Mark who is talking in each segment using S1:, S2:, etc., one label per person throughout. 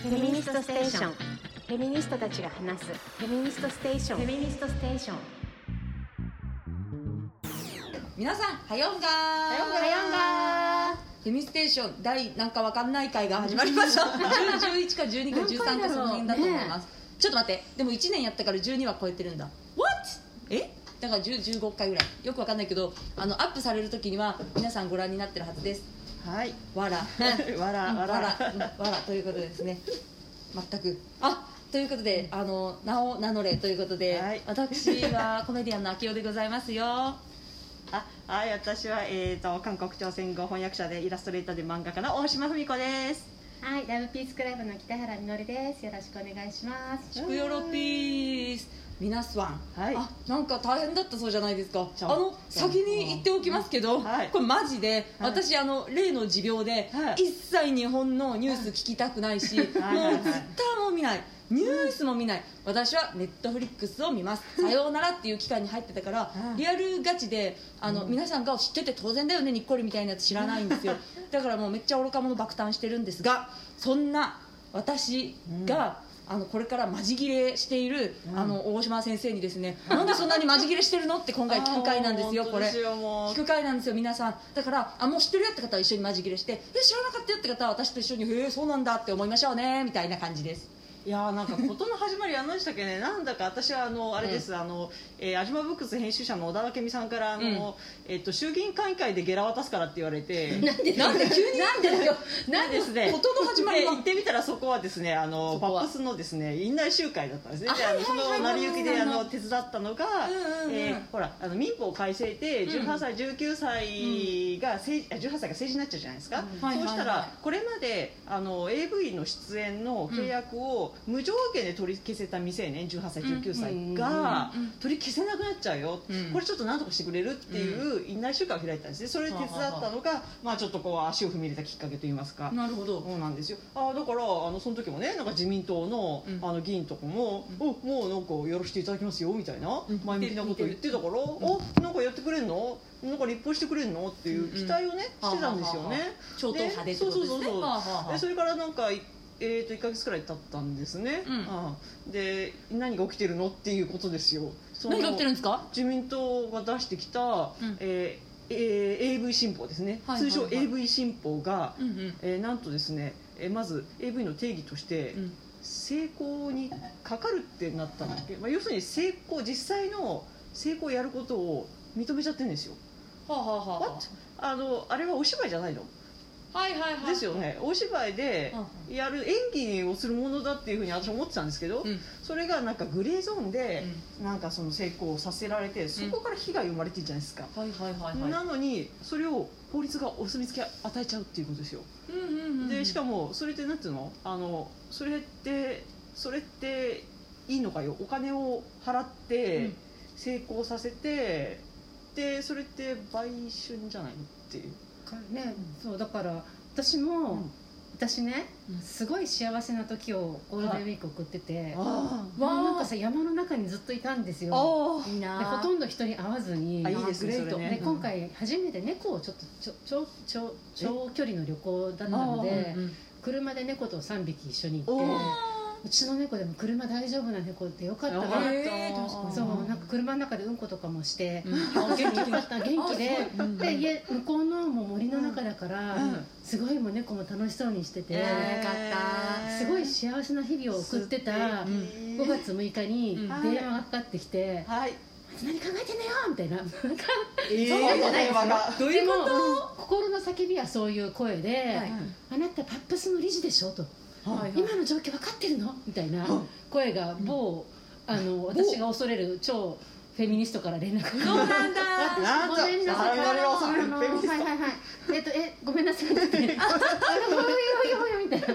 S1: フェミニストステーションフェミニストたちが話すフェミニストステーションフェミニストステーション
S2: 皆さんはよんがーは
S1: よんがーはよんが
S2: フェミステーション第なんかわかんない回が始まりました10 11か12か13かその辺だと思います、ちょっと待ってでも1年やったから12は超えてるんだ What? えだから10 15回ぐらいよくわかんないけどあのアップされる時には皆さんご覧になってるはずです
S3: はい。
S2: わら
S3: わら
S2: うん
S3: わら
S2: わらうんわらということですね全くあということであの名を名乗れということで、
S3: はい
S2: 私はコメディアンの秋代でございますよ
S3: あ、はい、私は、えっ、と、韓国朝鮮語翻訳者でイラストレーターで漫画家の大島文子です。
S4: はい、ラブピースクラブの北原みのりです。よろしくお願いします。
S2: 祝ヨロピース皆さん、
S3: はい
S2: あなんか大変だったそうじゃないですか
S3: ち
S2: あ
S3: ょっと
S2: の先に言っておきますけど、
S3: はい
S2: これマジで、
S3: はい
S2: 私あの例の持病で、
S3: はい
S2: 一切日本のニュース聞きたくないし、
S3: はいはい
S2: も
S3: は
S2: う
S3: い
S2: ツイッターも見ないニュースも見ない、私はネットフリックスを見ますさようならっていう期間に入ってたから、
S3: はい
S2: リアルガチであの、皆さんが知ってて当然だよねにっこりみたいなやつ知らないんですよだからもうめっちゃ愚か者爆誕してるんですがそんな私が、あのこれからマジ切れしている、あの大島先生にですねなんでそんなにマジ切れしてるのって今回聞く回なんですよ
S3: あー
S2: これ
S3: どうしようも
S2: 聞く回なんですよ皆さんだからあもう知ってるよって方は一緒にマジ切れしてえ知らなかったよって方は私と一緒にへえそうなんだって思いましょうねみたいな感じです
S3: いやーなんか事の始まりあのでしたっけね なんだか私はあのあれです、あの、えー、アジマブックス編集者の小田明美さんからあの、
S2: うん
S3: えっ、と衆議院会館でゲラ渡すからって言われ て
S2: なんで急になんでよ
S3: なんですね
S2: 事の始まり
S3: で
S2: が
S3: 行ってみたらそこはですねあの
S2: そこは
S3: パップスのですね院内集会だったんですね
S2: あ
S3: であの
S2: はい
S3: そ
S2: はいはい
S3: の成り行き
S2: はい
S3: で
S2: は
S3: あ
S2: いはい
S3: の手伝ったのが、
S2: うんうんうん
S3: えーほらあの民法改正で18歳、19歳が政治あ18歳が政治になっちゃうじゃないですか、
S2: んはいはいは
S3: そ
S2: い
S3: うしたらこれまであの AV の出演の契約を無条件で取り消せた未成年18歳、19歳が
S2: うんうんうんうん
S3: 取り消せなくなっちゃうよ、
S2: うん
S3: これちょっと何とかしてくれるっていう院内集会を開いたんですねそれ手伝ったのが、まあ、ちょっとこう足を踏み入れたきっかけといいますか。
S2: なるほど
S3: そうなんですよあーだからあのその時もねなんか自民党の,、
S2: うん
S3: あの議員とかも、おもうなんかやらせていただきますよみたいな、
S2: うん
S3: 前向きなことを言ってたから、おなんかやってくれんのなんか立法してくれんのっていう期待をね、してたんですよね。
S2: 超党派でってことです
S3: そ
S2: ね
S3: うそうそうそう
S2: はあはあはあ
S3: でそれからなんかいえー、と1か月くらい経ったんですね、
S2: うん
S3: ああで何が起きてるのっていうことですよその
S2: 何が起きてるんですか
S3: 自民党が出してきた、
S2: ん
S3: えーえー AV 新法ですね、
S2: はいはいはい
S3: 通称 AV 新法が、
S2: うんうん
S3: えーなんとですね、えーまず AV の定義として、
S2: うん
S3: 成功にかかるってなったんだっけ、まあ、要するに成功実際の成功をやることを認めちゃってるんですよ
S2: はあはあはあは
S3: What？あのあれはお芝居じゃないの
S2: あはいはいは
S3: で
S2: い
S3: すよねお芝居でやる演技をするものだっていうふうに私は思ってたんですけど、
S2: うん
S3: それがなんかグレーゾーンで、なんかその成功させられてそこから被害生まれてるじゃないですか、
S2: はいはいはいはい
S3: なのにそれを法律がお墨付き与えちゃうっていうことですよ
S2: うんうんうん
S3: でしかもそれってなんていうのあのそれってそれっていいのかよお金を払っ
S2: う
S3: て
S2: ん
S3: 成功させて、でそれって売春じゃないのっていう
S4: ね、そうだから私も、
S3: うん
S4: 私ね
S2: うん、
S4: すごい幸せな時をゴールデンウィーク送ってて、
S3: あ
S4: もうなんかさ山の中にずっといたんですよ。
S3: あ
S2: いい
S4: で
S2: な
S4: ほとんど人に会わずに
S3: あいいです
S4: グ
S3: ね
S4: レート
S3: それね
S4: で
S2: うん
S4: 今回初めて猫をちょっとちょ長長長距離の旅行だったので
S2: うん
S4: 車で猫と3匹一緒に行
S3: お
S4: って
S3: ー
S4: うちの猫でも車大丈夫な猫ってよかった
S3: よ
S4: わ
S3: かった
S2: えー確かに
S4: そうなんか車の中でうんことかもして、
S2: うんあ元気
S4: よかった元気で
S2: あすごいうん
S4: で家向こうのもう森の中だから、
S3: うん
S4: すごいもう猫も楽しそうにしてて、
S2: えー
S4: すごい幸せな日々を送ってた
S3: 素敵
S4: 5月6日に
S2: うん
S4: 電話がかかってきて
S3: はい
S4: 「何考えてんのよ!」みたいななんか
S3: えー
S4: そうじゃないですよ
S3: 電話が
S2: どうい
S4: で
S2: う
S4: も
S2: こと
S4: うん心の叫びはそういう声で「
S2: はい
S4: あなたパップスの理事でしょ」と。今の状況分かってるのみたいな声が某、あの私が恐れる超フェミニストから 連絡
S2: そうなんだ
S3: なんと
S4: ごめんなさい。
S3: あれは恐れる
S4: あの
S3: フェミニスト
S4: はいはいはい。えっとえごめんなさいって言って。あのおいおいおいおいみたいな。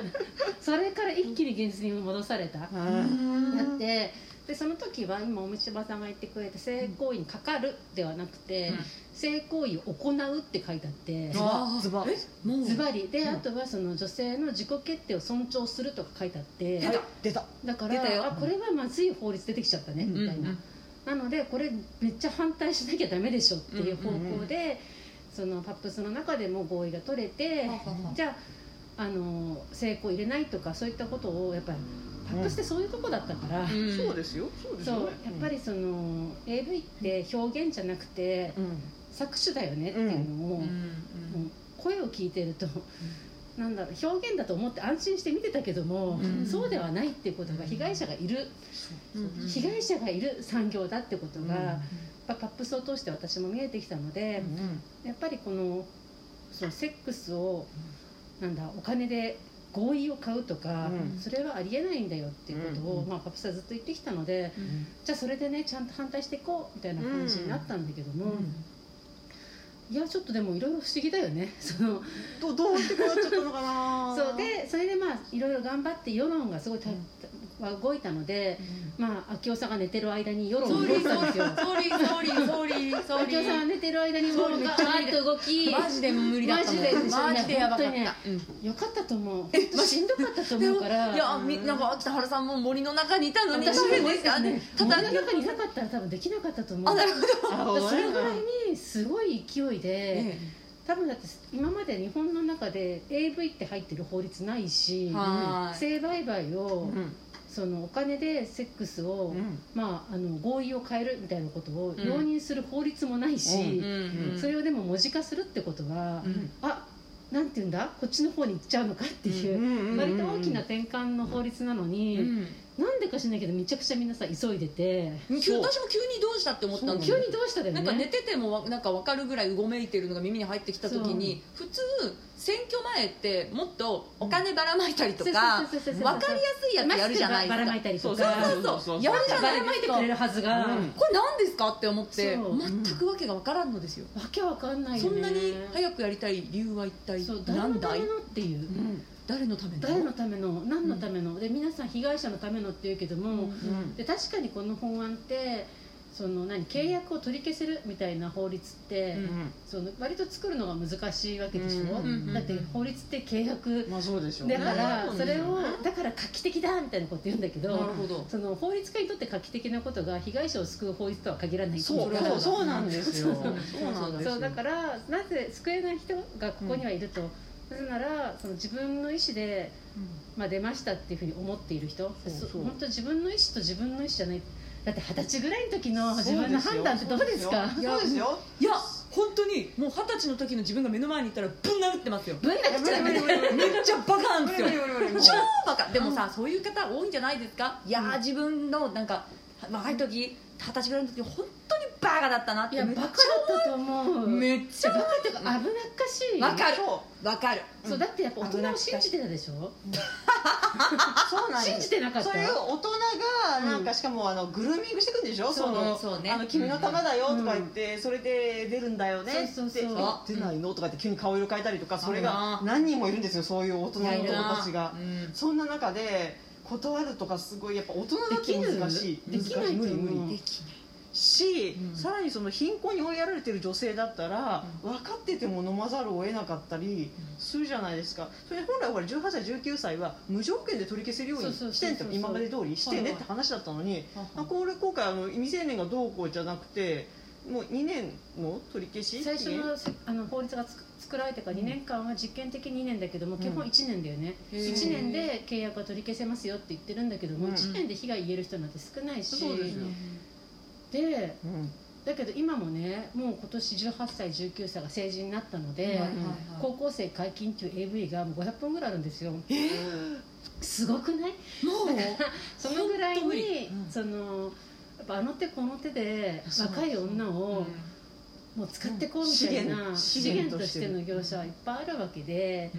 S4: それから一気に現実に戻された。
S3: う
S4: だってでその時は今お虫ばさんが言ってくれた性行為にかかるではなくて、
S2: うん
S4: 性行為を行うって書いてあって。
S2: あー
S3: ズバ
S2: えもう
S4: ズバリであとはその女性の自己決定を尊重するとか書いてあって
S3: 出た出た
S4: だか
S2: 出たよ
S4: らあこれはまずい法律出てきちゃったねみたいな、
S2: うん
S4: なのでこれめっちゃ反対しなきゃダメでしょっていう方向で、そのパップスの中でも合意が取れて、
S2: はあはあ
S4: じゃああの成功入れないとかそういったことをやっぱりパッとしてそういうとこだったから、
S2: うん
S3: そうですよそうです
S4: そ
S3: よ
S4: う
S3: ね
S4: やっぱりその、AV って表現じゃなくて
S3: うん
S4: 作詞だよねっていうのを、も
S2: うん
S4: う声を聞いてると、なんだろう表現だと思って安心して見てたけども、
S2: うん
S4: そうではないっていうことが被害者がいる、
S2: うんうん
S4: 被害者がいる産業だってことが、
S3: うん
S4: やっぱパップスを通して私も見えてきたの
S3: う
S4: で、
S3: ん
S4: やっぱりこのそのセックスを、なんだお金で合意を買うとか、
S3: うん
S4: それはありえないんだよっていうことを、
S3: うんうん
S4: まあ、パップスはずっと言ってきたので
S3: うん
S4: じゃあそれでねちゃんと反対していこうみたいな感じになったんだけども、いやちょっとでもいろいろ不思議だよね。 その
S3: どどうやってこうなっちゃったのかな
S4: そうでそれでまあいろいろ頑張って世論がすごいた、
S3: うん
S4: は動いたので、まあ秋夫さんが寝てる間に世論
S2: ソ
S4: が
S2: ー
S4: 動い
S2: リーソ
S4: たんですよ
S2: ーリーソーリーソーリーソーリ
S4: 秋夫さんが
S2: ー
S4: 寝てる間に世論がバーッと動き
S2: マジで無理だったもん
S4: マジで
S2: マジでや
S4: 本
S2: ばかった、
S4: 当にね
S2: うん
S4: よかったと思う本当しんどかったと思うから
S2: いやみなんか北原さんも森の中にいたのに
S4: 私も
S2: ですかね
S4: ただ
S2: 叩
S4: の
S2: き
S4: 中にいなかったら多分できなかったと思
S2: あ
S4: う
S2: なるほど
S4: だからそれぐらいにすごい勢いで多分だって今まで日本の中で AV って入ってる法律ないし
S2: はーい
S4: 性売買
S3: う
S4: を
S3: ん
S4: そのお金でセックス
S3: う
S4: を
S3: ん
S4: まあ、あの合意を変えるみたいなことを
S2: うん
S4: 容認する法律もないし、
S2: うん
S4: それをでも文字化するってことは、
S2: うん
S4: あなんて言うんだこっちの方に行っちゃうのかっていう、
S3: うん
S4: 割と大きな転換の法律なの
S2: う
S4: に、
S2: ん
S4: なんでか知らないけどめちゃくちゃ皆さん急いでて、
S2: 急
S3: そう
S2: 私も急にどうしたって思ったの
S4: 急にどうしただよ
S2: な
S4: ね
S2: んか寝ててもわなんか分かるぐらいうごめいてるのが耳に入ってきた時に普通選挙前ってもっとお金ばらまいたりとか
S4: そうそうそうそうそう
S2: 分かりやすいやつやるじゃないで
S4: マスクばらますい
S2: か
S4: たりと
S3: そう
S4: か
S3: そう
S2: そうそうやるじゃ
S4: ば
S2: な
S4: ら
S2: いで
S4: ますいて
S2: か
S4: くれるはずが、
S3: うん
S2: これ何ですかって思って
S4: そう
S2: 全くわけが分からんのですよ
S4: わけわかんないよ
S2: そ
S4: ね
S2: んなに早くやりたい理由は一体
S4: そう誰の
S2: 何
S4: た
S2: だ
S4: め
S2: い
S4: のっていう、
S3: うん
S2: 誰のためだ
S4: 誰のための何のための、で皆さん被害者のためのって言うけども、で確かにこの法案ってその何契約を取り消せるみたいな法律って、
S3: うんうん
S4: その割と作るのが難しいわけでしょ、
S3: うんうん
S2: うん
S4: だって法律って契約
S3: まあそうでしょうね
S4: だから
S2: うん
S4: それをだから画期的だみたいなこと言うんだけど、
S2: なるほど
S4: その法律家にとって画期的なことが被害者を救う法律とは限らない
S3: そう
S4: れは
S3: そうそうなんですよ
S4: そうそう
S3: そうなんですよ
S4: そうだからなぜ救えない人がここにはいると、なぜならその自分の意思で、まあ、出ましたっていうふうに思っている人
S3: そうそう
S4: そ本当自分の意思と自分の意思じゃないだって二十歳ぐらいの時の自分の判断ってどうですか
S3: そうよそうですよ
S2: いや本当にもう二十歳の時の自分が目の前にいたらぶん殴ってますよ
S4: ぶん殴っちゃダメだよ
S2: めっちゃバカなんですよ
S3: 無理無理無理無理無理
S2: 超バカでもさ、そういう方多いんじゃないですかいやー、自分のなんか若い時二十歳ぐらいの時本当にバカだったなっ
S4: い
S2: て
S4: や
S2: め
S4: バ
S2: っち
S4: カ
S2: ゃ
S4: だったと思う
S2: めっちゃ
S4: バカっていうか危なっかしい
S2: わかる
S3: そ
S2: わかる
S4: そうだってやっぱ大人を信じてたでしょ
S3: そうなんです
S4: 信じてなかった
S3: そういう大人がなんかしかもあのグルーミングしてくんでしょ、その
S2: そうね
S3: あの君の玉だよとか言って、それで出るんだよねって
S4: そうそうそう
S3: あ出ないのとかって急に顔色変えたりとかそれが何人もいるんですよそういう大人の
S2: いる
S3: 男
S2: な
S3: たちが、そんな中で断るとかすごいやっぱ大人だって難しい
S4: できる
S3: 難し無
S4: できな
S3: 理
S4: いと思う
S3: 無理し、
S2: うん
S3: さらにその貧困に追いやられてる女性だったら、分かってても飲まざるを得なかったりするじゃないですかそれ本来ほら18歳19歳は無条件で取り消せるように
S4: そうそうそうそう
S3: してんって今まで通りしてねって話だったのに、あこれ今回あの未成年がどうこうじゃなくてもう2年の取り消し
S4: 最初
S3: 期限
S4: のせあの法律がつく作られてから2年間は実験的2年だけども、
S3: ん
S4: 基本1年だよね
S2: へー
S4: 1年で契約は取り消せますよって言ってるんだけども、
S3: うん
S4: 1年で被害言える人なんて少ないし
S3: そうですよ
S4: で
S3: うん
S4: だけど今もねもう今年18歳19歳が成人になったので、
S2: はいはい
S4: 高校生解禁っていう AV がもう500本ぐらいあるんですよすごくない
S2: もう
S4: そのぐらい
S2: 本当無
S4: に
S2: 理、うん
S4: そのやっぱあの手この手で
S2: そう
S4: 若い女をもう使ってこうみたいな、
S3: うん資
S4: 資
S3: 源
S4: 源としての業者はいっぱいあるわけで、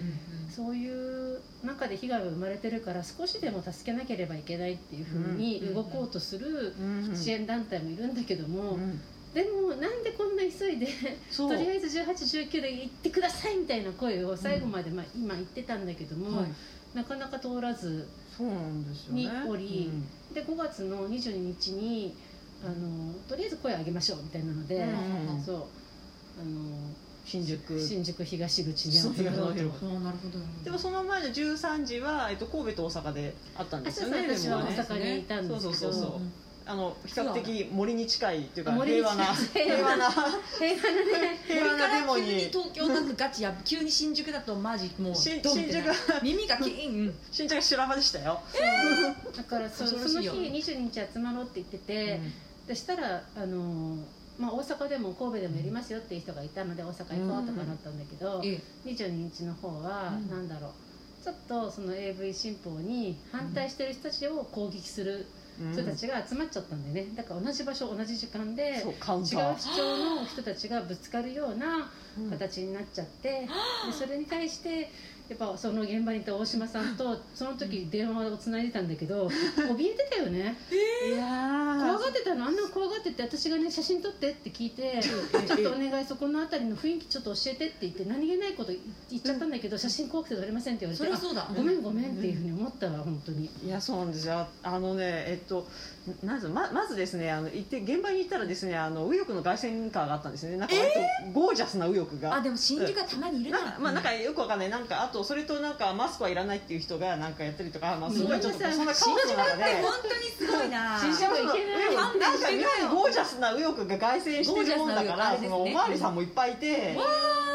S4: そういう中で被害が生まれてるから少しでも助けなければいけないっていうふうに動こうとする
S3: うん
S4: 支援団体もいるんだけども、
S3: うん
S4: でもなんでこんな急いで
S3: そ
S4: と
S3: う
S4: りあえず1819で行ってくださいみたいな声を最後まで、まあ、今言ってたんだけども、
S2: はい
S4: なかなか通らず。
S3: そうなんですよね
S4: におりで5月の22日にあのとりあえず声を上げましょうみたいなので、
S3: うんうん
S4: そうあの
S3: 新宿
S4: 新宿東口に
S3: そう
S4: 集まろう
S3: 東
S4: と
S3: 広。
S2: そうなるほど
S3: でもその前の13時は、えっと、神戸と大阪であったん
S4: あ
S3: です
S4: そ
S3: よ
S4: うそう
S3: ね
S4: 私は
S3: でも
S4: 大
S3: ね
S4: 阪にいたんですけど
S3: そうそうそうそうあの比較的森に近いというか
S4: 森に
S3: 平和な
S4: 近い
S3: 平和な
S1: 平和な ね
S3: 平和
S2: これ
S3: なデ
S2: か
S3: モ
S2: ら急に
S3: に
S2: 東京なんかガチや急に新宿だとマジもう
S3: し
S2: ドンってなる
S3: 新宿は
S2: 耳がキーンうん
S3: 新着修羅場でしたよ。
S4: だからそ
S2: 恐ろ
S4: そ
S2: し
S4: の
S2: い
S4: 日
S2: よ
S4: 22日集まろうって言ってて、でしたらあのーまあ、大阪でも神戸でもやりますよっていう人がいたので大阪行こうとかなったんだけど、
S2: ええ
S4: 22日の方は
S2: うん
S4: 何だろう、ちょっとその AV 新法に反対してる人たちを攻撃する
S3: うん
S4: 人たちが集まっちゃったんだよねだから同じ場所同じ時間で違
S3: そううカウン
S4: 主
S3: タ
S4: 張
S3: ー。
S4: の人たちがぶつかるような形になっちゃって、でそれに対してやっぱその現場にいた大島さんとその時電話をつないでたんだけ ど怯えてたよね
S3: いや
S4: 怖
S3: ー
S4: がってたのあんな怖がってて私がね写真撮ってって聞いてちょっとお願いそこの辺りの雰囲気ちょっと教えてって言って何気ないこと言っちゃったんだけど、写真怖くて撮れませんって言われ
S2: そ
S4: て
S2: りゃそうだ
S4: あごめんごめんっていうふうに思ったわ本当に
S3: いやそうなんですよああのねえっとなんぞままずですねあの行って現場に行ったらですねあの右翼の凱旋カーがあったんですねなんか割とゴージャスな右翼が、
S2: あでも新宿はたまにいるな
S3: なんかまあなんかよくわかんないなんかあとそれとなんかマスクはいらないっていう人がなんかやったりとか、まあ、すごいちょっとそんなカオスの中で
S2: 本当にすごいな
S4: 新宿
S3: なんかなんかみんなにゴージャスな右翼が凱旋してるもんだか
S2: ゴージャスな右翼あ
S3: ら、
S2: れで
S3: そ
S2: すね
S3: のおまわりさんもいっぱいいて。
S2: わ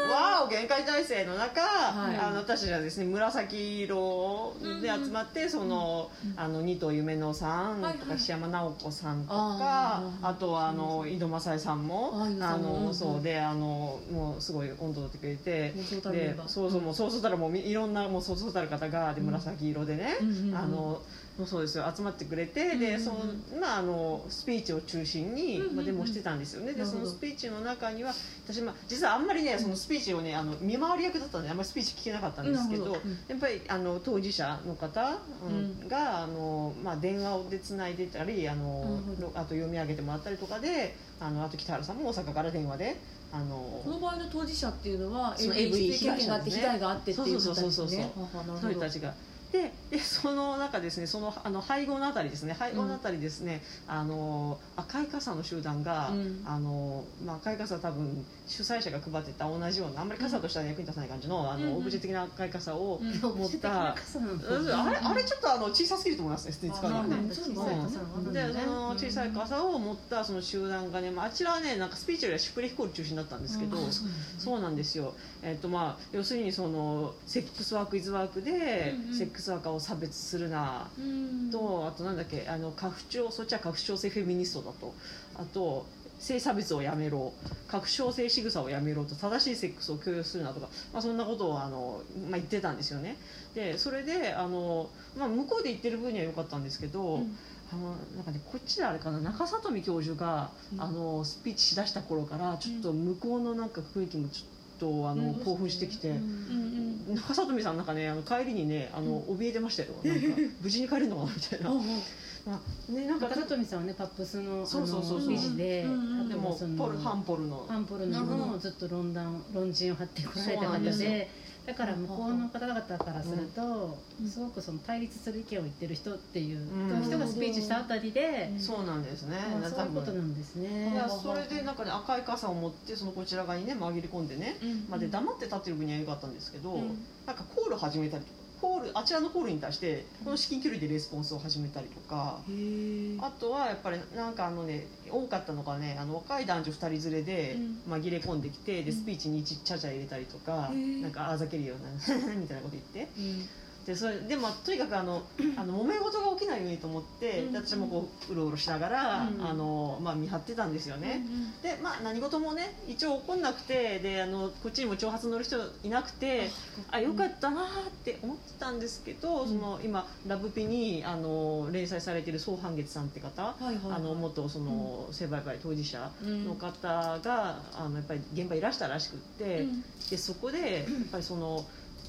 S3: わーお限界体制の中、
S2: はい
S3: あの私たちはですね紫色で集まって、その、あの二頭夢乃さんとか、
S2: はいはい
S3: 檜山直子さんとか
S2: あ
S3: あ
S2: ー
S3: とはあの井戸正恵さんも
S2: あー井戸さ
S3: あ
S2: んもうんう
S3: の
S2: ん
S3: そうであのもうすごい温度を取ってくれて
S2: もうそうたるメ
S3: で
S2: ンバー
S3: そうそうもうそうそうたるもうみいろんなもうそうそうたる方がで
S2: うん
S3: 紫色でね、
S2: うんうんうん
S3: あのもうそうですよ集まってくれて、
S2: うんうんう
S3: で
S2: ん
S3: そのまああのスピーチを中心に、
S2: うんうんうん
S3: まあ、デモしてたんですよね。で
S2: なるほ
S3: そ
S2: ど
S3: のスピーチの中には私、まあ、実はあんまりねそのスピーチをねあの見回り役だったんであんまりスピーチ聞けなかったんですけど
S2: なるほどうん
S3: やっぱりあの当事者の方、うん
S2: う
S3: があの、まあ、電話でつないでたりあの
S2: なるほど
S3: あと読み上げてもらったりとかであのあと北原さんも大阪から電話で。あの
S2: この場合の当事者っていうのは
S3: その
S2: AV 経
S3: AV
S2: 験があって被
S3: 被
S2: 害
S3: 害
S2: があってっていう
S3: そうそうそうそうそうそういう人たちが。ででその中ですねそのあの配合のあたりですね配合のあたりですね、あの赤い傘の集団が、
S2: うん
S3: あのまあ、赤い傘多分主催者が配ってた同じようなあんまり傘としては役に立たない感じの,、あ
S2: うんうん
S3: のオブジェ的な赤い傘を、
S2: うん
S3: 持った
S4: 素敵な傘なんだ
S3: うんあれあれちょっとあの小さすぎると思いますね使うのは
S2: あ
S3: ね
S2: な。ん
S4: 小
S2: だ
S4: さい傘なんだ
S3: で
S4: ね
S3: その小さい傘を持ったその集団がね、まあ、あちらはねなんかスピーチよりはシュプレヒコール中心だったんですけど、
S2: うんあ
S3: そうなんですよ、えっとまあ、要するにそのセックスワーク・イズワークで、
S2: うんうん
S3: セックスワーカーを差別するなとあとなんだっけあの拡張そっちは拡張性フェミニストだとあと性差別をやめろ拡張性仕草をやめろと正しいセックスを強要するなとか、まあ、そんなことをあの、まあ、言ってたんですよねでそれであの、まあ、向こうで言ってる分には良かったんですけど、
S2: うん
S3: あのなんかねこっちであれかな中里美教授が、
S2: うん
S3: あのスピーチしだした頃からちょっと向こうのなんか雰囲気もちょっとあの、
S2: うん
S3: 興奮してきて。
S2: うん
S3: 中里美さんなんかねあの帰りにねあの、怯えてましたよなんか無事に帰るのかなみたいな、
S2: うん
S3: まあ、ねなんか
S4: 中里美さんはねパップスのあ
S3: そうそうそ
S4: の
S3: うそう
S4: 理事で
S2: うんうん
S4: あ
S3: で
S4: とは
S3: も
S4: その
S3: ポルハンポルの
S4: ハンポル
S2: な
S4: の
S2: るほど
S4: ものをずっと論壇論陣を張ってこられ
S3: そう
S4: た
S3: な
S4: 方
S3: んで
S4: です
S3: よ
S4: だから向こうの方々からすると、
S2: うん
S4: すごくその対立する意見を言ってる人っていう、
S3: うん
S4: 人がスピーチしたあたりで、
S2: うん
S3: そうなんですね、
S4: まあ、そういうことな
S3: ね
S4: んですね
S3: いやそれでなんかね赤い傘を持ってそのこちら側にね紛れ込んでね、
S2: うん
S3: まあ、で黙って立ってる分には良かったんですけど、
S2: うん
S3: なんかコール始めたりとかコールあちらのコールに対してこの至近距離でレスポンスを始めたりとか、
S2: へー
S3: あとはやっぱりなんかあのね多かったのがねあの若い男女2人連れで紛れ込んできて、
S2: う
S3: で
S2: ん
S3: スピーチにちっちゃちゃ入れたりとか、
S2: へー
S3: なんかあざけるような みたいなこと言って
S2: うん
S3: でそれでもとにかくあ のあの揉め事が起きないようにと思って、
S2: うん
S3: で私もこううろうろしながら、
S4: うん
S3: あのまあ、見張ってたんですよね。
S2: うん
S3: でまあ、何事もね一応起こんなくてであのこっちにも挑発乗る人いなくてあよかったなーって思ってたんですけど、
S2: うん
S3: その今ラブピにあの連載されてる宋半月さんって方、
S2: はいはいはい
S3: あの元その性売買当事者の方が、あのやっぱり現場いらしたらしくって、
S2: うん
S3: でそこでやっぱりその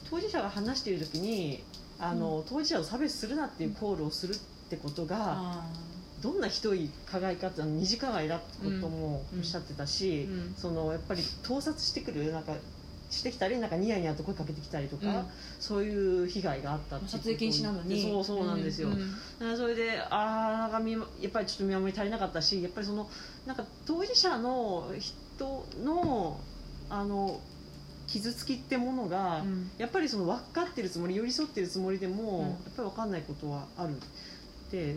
S3: 当事者が話している時にあの、当事者を差別するなっていうコールをするってことが、
S2: あ
S3: どんなひどい加害かっていうのは二次加害だってことも
S2: うん
S3: おっしゃってた
S2: ー
S3: し、
S2: うん
S3: そのやっぱり盗撮してくるなんかしてきたりなんかニヤニヤと声かけてきたりとか、
S2: うん
S3: そういう被害があったっていうこと
S2: 撮影禁止なのに
S3: そうそうなんですよ、
S2: う
S3: あそれでああなんか見やっぱりちょっと見守り足りなかったしやっぱりそのなんか当事者の人のあの傷つきってものが、
S2: うん
S3: やっぱりその分かってるつもり寄り添ってるつもりでも、
S2: うん
S3: やっぱり分かんないことはあるで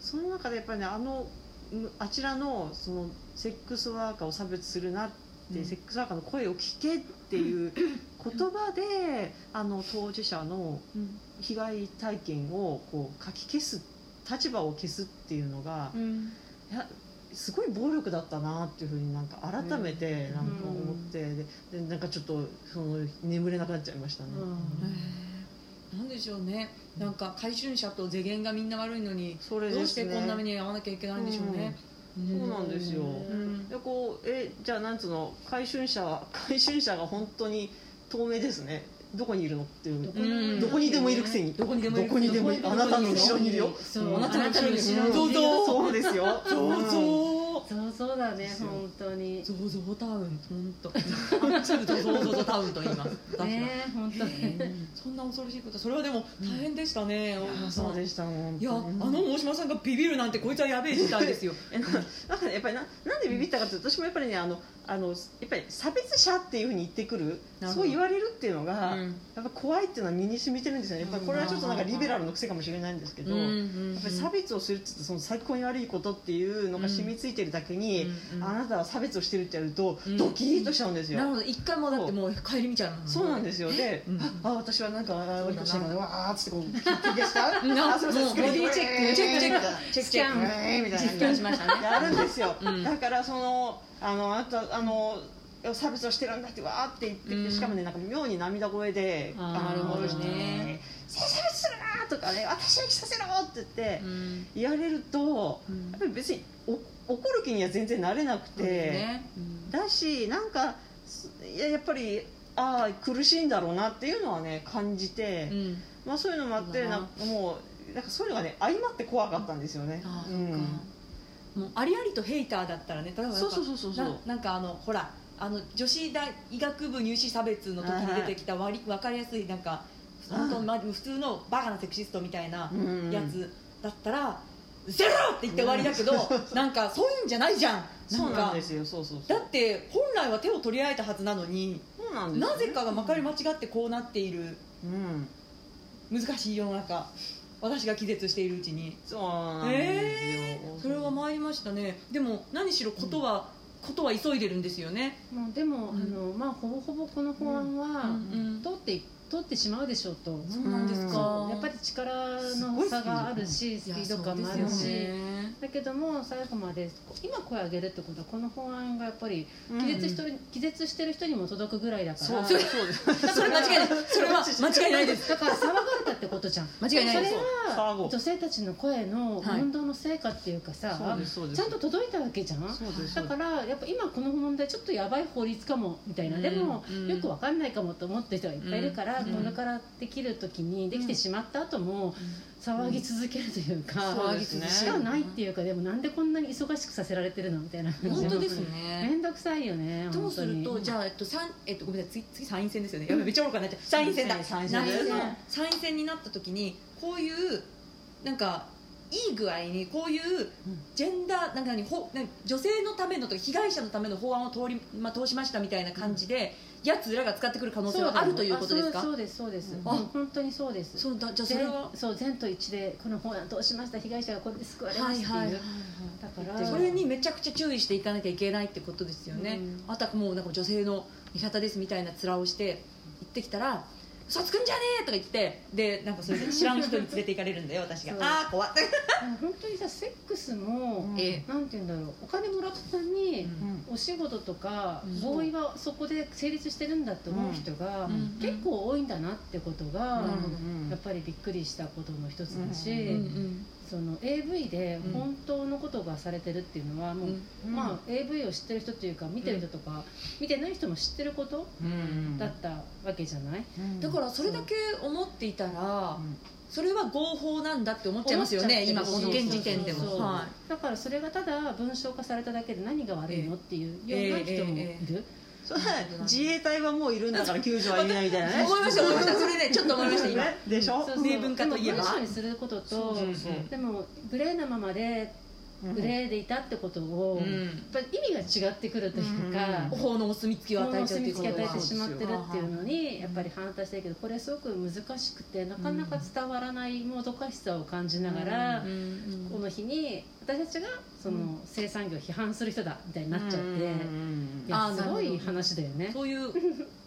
S3: その中でやっぱりねあのむあちらのそのセックスワーカーを差別するなって、
S2: うん
S3: セックスワーカーの声を聞けっていう言葉であの当事者の
S2: うん
S3: 被害体験をこう書き消す立場を消すっていうのが、
S4: うん
S3: いやすごい暴力だったなっていうふうになんか改めてなんか思って、ででなんかちょっとその眠れなくなっちゃいましたね。
S4: うん
S2: へーなんでしょうねなんか回春者と世間がみんな悪いのに
S3: それ
S2: ど
S3: で
S2: う
S3: す
S2: して
S3: ね
S2: こんな目に遭わなきゃいけないんでしょうね、
S3: うんそうなんですよ
S2: うん
S3: でこうえじゃあなんつうの回春者は回春者が本当に透明ですねどこにいるのっていう
S2: うん
S3: どこにでもいるくせに
S2: どこにでもいる
S3: どこにでもいる
S2: ど
S3: あ
S2: こにでもいる
S3: なたの後ろにいるよ
S4: そう
S2: あなたの後ろにい
S4: ど
S2: るど
S4: う
S2: う
S4: ぞ
S2: ぞ
S3: そうですよ
S2: そうそう
S4: そうそうだね本当に
S2: ゾウゾウタウン、本当。あすぐゾウゾウゾウタウンと言います。私は
S4: ね本当に
S2: うんそんな恐ろしいこと、それはでも大変でしたね、大
S3: うん
S2: 島さ。
S3: そうんでしたもん
S2: いや、あの大島さんがビビるなんて、こいつはやべえ事態ですよ。
S3: えなんかなんかねやっぱりななんでビビったかというと私もやっぱりねあのあのやっぱり差別者っていうふうに言ってくる
S2: なるほど
S3: そう言われるっていうのが、
S2: うん
S3: やっぱ怖いっていうのは身に染みてるんですよねやっぱりこれはちょっとなんかリベラルの癖かもしれないんですけど、やっぱり差別をするって言ってその最高に悪いことっていうのが染みついてるだけに、
S2: うん
S3: あなたは差別をしてるってやると、
S2: うん
S3: ドキッとしちゃうんですよ、
S2: なるほど、一回もうだってもう帰り道なの。
S3: そうなんですよで、
S2: うん
S3: あ私はなんか悪いことしたから
S2: うん
S3: わーっつってこうキッキしたあ
S2: な
S3: すいません
S2: もう
S3: スクリーン
S2: ボディチェックチェックチェック
S3: チェック
S2: スキャン
S3: えーみたいな
S2: 実感しましたね。
S3: やるんですよ、
S2: うん
S3: だからそのあのあなたあの差別をしてるんだってわーって言ってきて、
S2: うん
S3: しかもねなんか妙に涙声で
S4: あー
S3: あの
S4: なるほど
S2: ね
S3: 差別するなーとかね私に着させろーって言って
S2: うん
S3: 言われると
S2: うん
S3: やっぱり別にお怒る気には全然なれなくて、
S2: そうですねうん
S3: だしなんかすいややっぱりああ苦しいんだろうなっていうのはね感じて、
S2: うん
S3: まあ、そういうのもあって
S2: そうだ
S3: な
S2: なん
S3: かもうなんかそういうのがね相まって怖かったんですよね。
S2: あー
S3: うん
S2: そっかもうありありとヘイターだったらね例えばなんか
S3: そうそうそうそうそう
S2: ななんかあのほらあの女子大医学部入試差別の時に出てきた割り分かりやすいなんか本当にま普通のバカなセクシストみたいな
S3: うん
S2: やつだったら「うせろ!」って言って終わりだけど、なんかそういうんじゃないじゃん
S3: そう
S2: か
S3: なんですよそうそうそ
S2: だ
S3: う
S2: って本来は手を取り合えたはずなのに
S3: そうなんですよ
S2: なぜかがまかり間違ってこうなっている
S3: うん
S2: 難しい世の中私が気絶しているうちに。
S3: そうなんです
S2: え
S3: よ、
S2: ー、それは参りましたねでも何しろことは、ことは急いでるんですよね、
S4: もうでも、
S2: うん
S4: あのまあほぼほぼこの法案
S2: う
S4: は、
S2: ん
S4: 通って通ってしまうでしょうと、
S2: そうなんですか
S4: やっぱり力の差があるしスピード感もあ
S2: いや
S4: る
S2: そう
S4: し、
S2: ですよね
S4: だけども最後までこう今声上げるってことはこの法案がやっぱり
S3: うん
S4: 気絶してる、気絶してる人にも届くぐらいだか
S3: そう
S4: ら
S3: そうです
S2: あそれ間違いないそれは間違いない です
S4: だから騒がれたってことじゃん
S2: 間違いないです
S4: それは
S3: 騒ごう
S4: 女性たちの声の
S2: はい
S4: 運動の成果っていうかさ、
S3: そうですそうです
S4: ちゃんと届いたわけじゃん
S3: そうです
S4: だ
S3: そうで
S4: か
S3: す
S4: らやっぱ今この問題ちょっとやばい法律かもみたいな、
S2: うん
S4: でも、
S2: うん
S4: よくわかんないかもと思ってる人がいっぱいいるから、
S2: うん
S4: これからできる時にできてしまった後も、騒ぎ続けるというか、
S3: うんそうですね
S4: しかないっていうかでもなんでこんなに忙しくさせられてるのみたいな
S2: 本当です
S4: め
S2: ね
S4: んどくさいよね
S2: ともするとじゃあ、えっと三えっと、ごめんなさい次次参院選ですよねやべめっちゃ愚かになっちゃう参院選だ
S3: 参院
S2: 夏
S3: 選参院
S2: の
S3: 選
S2: 参院選になった時にこういうなんかいい具合にこういうジェンダーなんか何ほなんか女性のためのとか被害者のための法案を通り、まあ、通しましたみたいな感じで、やつらが使ってくる可能性はあるということですか
S4: そうですそうです、
S2: あ
S4: 本当にそうです
S2: そうだじゃあそ
S4: 全
S2: れは
S4: そう全と一致でこの法案どうしました被害者がこれで救われますっていう、だから
S2: それにめちゃくちゃ注意していかなきゃいけないってことですよね、
S4: うん
S2: あたかもなんか女性の味方ですみたいな面をして行ってきたら「嘘つくんじゃねえ!」とか言ってでなんかそれで知らん人に連れて行かれるんだよ私が
S4: そう
S2: ああ怖っ、
S4: 本当にさセックスも、
S3: うん
S2: え
S4: なんて言うんだろうお金もらったのに、
S2: うん
S3: うん
S4: お仕事とか
S2: うん
S4: 合意はそこで成立してるんだって思う人が
S2: うんうん
S4: 結構多いんだなってことが
S2: なるほ
S3: うん
S4: やっぱりびっくりしたことの一つだ
S2: え
S4: し、
S2: うんうん
S4: その AV で
S2: うん
S4: 本当のことがされてるっていうのはもう、
S2: うん
S3: うん
S4: まあ、AV を知ってる人というか見てる人とか、見てない人も知ってること
S3: うんうん
S4: だったわけじゃない、
S3: うん
S2: だからそれだけ思っていたら、
S3: うん
S2: それは合法なんだって思っちゃいますよね
S4: 思
S2: 今
S4: っち
S2: こ
S4: ゃって
S2: の
S4: る
S2: 現時点で
S4: そうそう
S2: も
S4: そう
S2: は
S4: だからそれがただ文章化されただけで何が悪いのっていうような人もいる、
S2: ええ
S3: それは自衛隊はもういるんだから救助はいないみたいないね
S2: 思いました思いましたそれねちょっと思いました 今
S3: ねでしょ
S4: そうそう
S2: 明文化といえば
S4: でも文章にすることと
S3: そうそうそう
S4: でもグレーなままで
S3: うん
S4: グレーでいたってことを、やっぱり意味が違ってくるというか、
S2: 法のお墨付きを
S4: 物
S2: 与え
S4: の
S2: ちゃうって
S4: 墨
S2: いう
S4: 付き与
S2: こと
S4: え
S2: は
S4: てしまってるっていうのにやっぱり反対したいけどこれすごく難しくてなかなか伝わらないもどかしさを感じながら、
S2: うんうん
S4: この日に私たちがその生産業を批判する人だみたいになっちゃって、
S3: うんうん
S4: い
S2: あ
S4: や
S2: ー
S4: すご
S2: なる
S4: い
S2: ほど
S4: 話だよね。
S2: そういう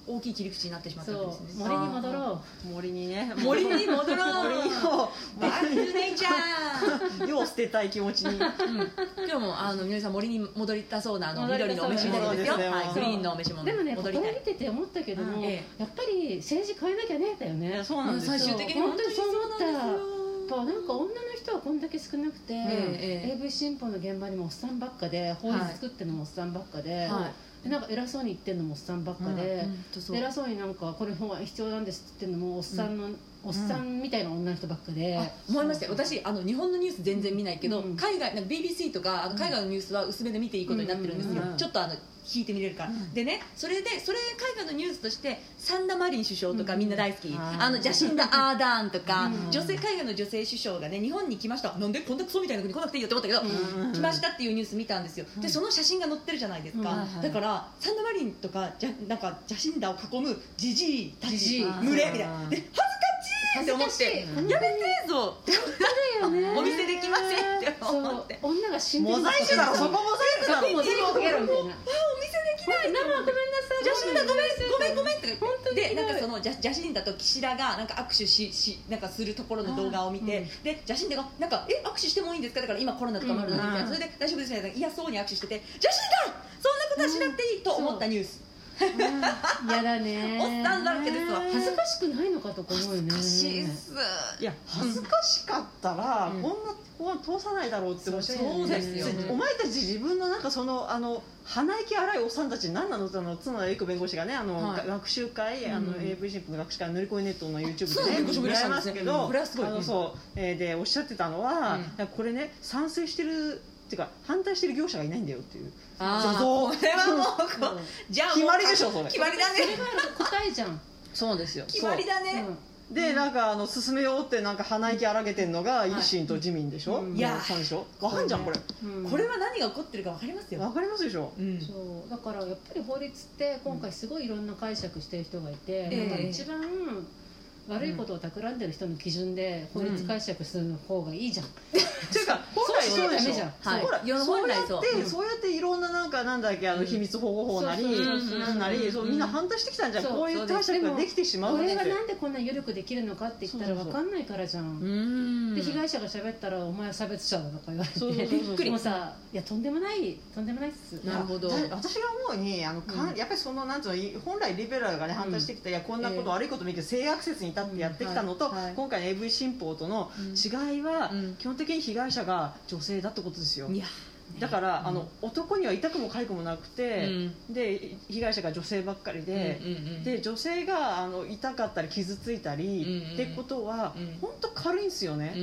S2: 大きい切り口になってしまった
S4: そ
S2: わけ
S4: う
S2: ですね
S4: 森に戻ろう
S3: うん森にね
S2: 森に戻ろう
S3: 森にも
S2: バックネイチャー
S3: 世を捨てたい気持ちに
S2: うん今日もあの皆さん森に戻りたそうなあの
S4: 戻り
S2: 緑
S4: たそ
S2: のお
S4: うな
S2: 召し物ですよ。
S3: そうですね
S2: はい、
S3: もう
S2: グリーンのお召し物
S4: でもねここ
S2: 戻
S4: を
S2: り
S4: 見
S2: たい。
S4: てて思ったけども、
S2: うんええ
S4: やっぱり政治変えなきゃねだよねやっ
S3: そう
S2: うん最終的に本当にそうなんですよ。
S4: ぱなんか女の人はこんだけ少なくて、
S2: ええ
S4: AV 新法の現場にもおっさんばっかで法律作ってるのもおっさんばっかで,、
S2: は
S4: でなんか偉そうに言ってるのもおっさんばっかで、
S2: い。うんとそう
S4: 偉そうになんかこれ本は必要なんですって言ってるのもおっさんの、おっさんみたいな女の人ばっかで、
S2: あ思いましたよ私あの日本のニュース全然見ないけど、
S4: うん
S2: 海外なんか BBC とかあの海外のニュースは薄めで見ていいことになってるんですよ、
S3: うんうん
S2: ちょっとあの引いてみれるから、でねそれでそれ海外のニュースとしてサンダマリン首相とかみんな大好き、
S3: あー
S2: あのジャシンダ・アーダーンとか、
S4: うん
S2: 女性海外の女性首相がね日本に来ましたなんでこんなクソみたいな国来なくていいよって思ったけど、
S3: うん
S2: 来ましたっていうニュース見たんですよでその写真が載ってるじゃないですか、
S4: うん
S3: はいはい
S2: だからサンダマリンとかじゃなんかジャシンダを囲むジジイた
S4: ジジ
S2: ち
S4: イ
S2: 群れみたいなで恥ずかしいって思っ
S4: 恥
S2: て
S4: ずかしい
S2: やめてーぞ
S4: よね
S2: お見せできませんって
S4: そう
S2: 思って
S4: 女が死んで
S3: モザイクだろそこモザイクだ
S4: そこ
S3: ろ
S4: も全部やるみたいな
S2: お見せできない
S4: 生ごめんなさい
S2: ジャシンダごめんごめんごめんって
S4: 本当に
S2: で
S4: ひど
S2: ないんかそのジャジャシンダと岸田がなんか握手ししなんかするところの動画を見て、でジャシンダがなんかえ握手してもいいんですかだから今コロナとかもあるのにみたい
S3: う
S2: な、
S3: ん
S2: それで大丈夫ですよね嫌そうに握手しててジャシンダそんなことはしなくていいと思ったニュース、
S4: やだね
S2: おっさんだらけですわ
S4: 恥ずかしくないのかとか思うよね
S2: 難しいっす
S3: いや恥ずかしかったら、
S2: うん
S3: こんなここは通さないだろうって思っちゃ
S2: そうですよ
S3: お前たち自分のなんかそのあの鼻息荒いおっさんたち何なのってあの角田栄子弁護士がねあの、
S2: はい
S3: が学習会、あの
S2: うん
S3: AV 新婦の学習会塗り越えネットの YouTube で、ね、
S2: 角田弁護士もいらっしゃるんですね
S3: 見られますけど、
S2: うんこれはすごい
S3: あのそう、えーでおっしゃってたのは、
S2: うん
S3: いやこれね賛成してるっていうか反対してる業者がいないんだよっていう
S2: あ
S3: そうそう
S2: ーこれはもうこう、 じゃあもう
S3: 決まりでしょそれ
S2: 決まりだね
S4: それがあると答えじゃん、
S3: そうですよ
S2: 決まりだね、
S3: でなんかあの進めようってなんか鼻息荒げてんのが維新と自民でしょ、
S4: うん
S2: いや
S3: さんでしょわかんじゃんこれ
S4: うん
S2: これは何が起こってるか分かります
S3: わ
S2: よ、
S3: かりますでしょ
S2: うん
S4: そうだからやっぱり法律って今回すごいいろんな解釈してる人がいて、
S2: ええ
S4: なんか一番悪いことを企んでる人の基準で法律解釈する方がいいじゃん、
S3: ていうか本来そうでし
S4: そう
S3: ょ
S4: じゃん
S2: はい
S3: ほら
S2: 世の
S3: そう
S2: 本
S3: や
S2: 来
S3: っ
S2: そう
S3: て
S2: うん
S3: そうやっていろんななんかなんだっけあ
S2: う
S3: の
S2: ん
S3: 秘密保護法なり
S4: そう
S2: そうそう
S3: なんなり
S2: うん
S3: そうみんな反対してきたんじゃん
S4: そう
S3: こういう対策ができてしま
S4: こ
S3: うんで
S4: れ
S3: す
S4: が
S3: よ
S4: なんでこんな緩くできるのかって言ったら分かんないからじゃん、
S2: うん
S4: で被害者が喋ったら「お前は差別者だ」とか言われて
S3: そうそうそうそうびっくり
S4: もうさ「いやとんでもないとんでもないっす」
S2: なるほど
S3: だ私が思うにあのかんやっぱりそのなんつうのい本来リベラルがね反対してきたいやこんなこ
S2: ええ
S3: と悪いこともいいけど性アクセスに立ってやってきたのと
S2: うんはいはい
S3: 今回の AV 新法との違いは
S2: うん
S3: 基本的に被害者が女性だってことですよ
S2: いや
S3: だから、
S2: うん
S3: あの男には痛くも痒くもなくて、で被害者が女性ばっかりで、で女性があの痛かったり傷ついたり、
S2: うんうん
S3: ってことは
S2: うん
S3: 本当、軽いんですよね。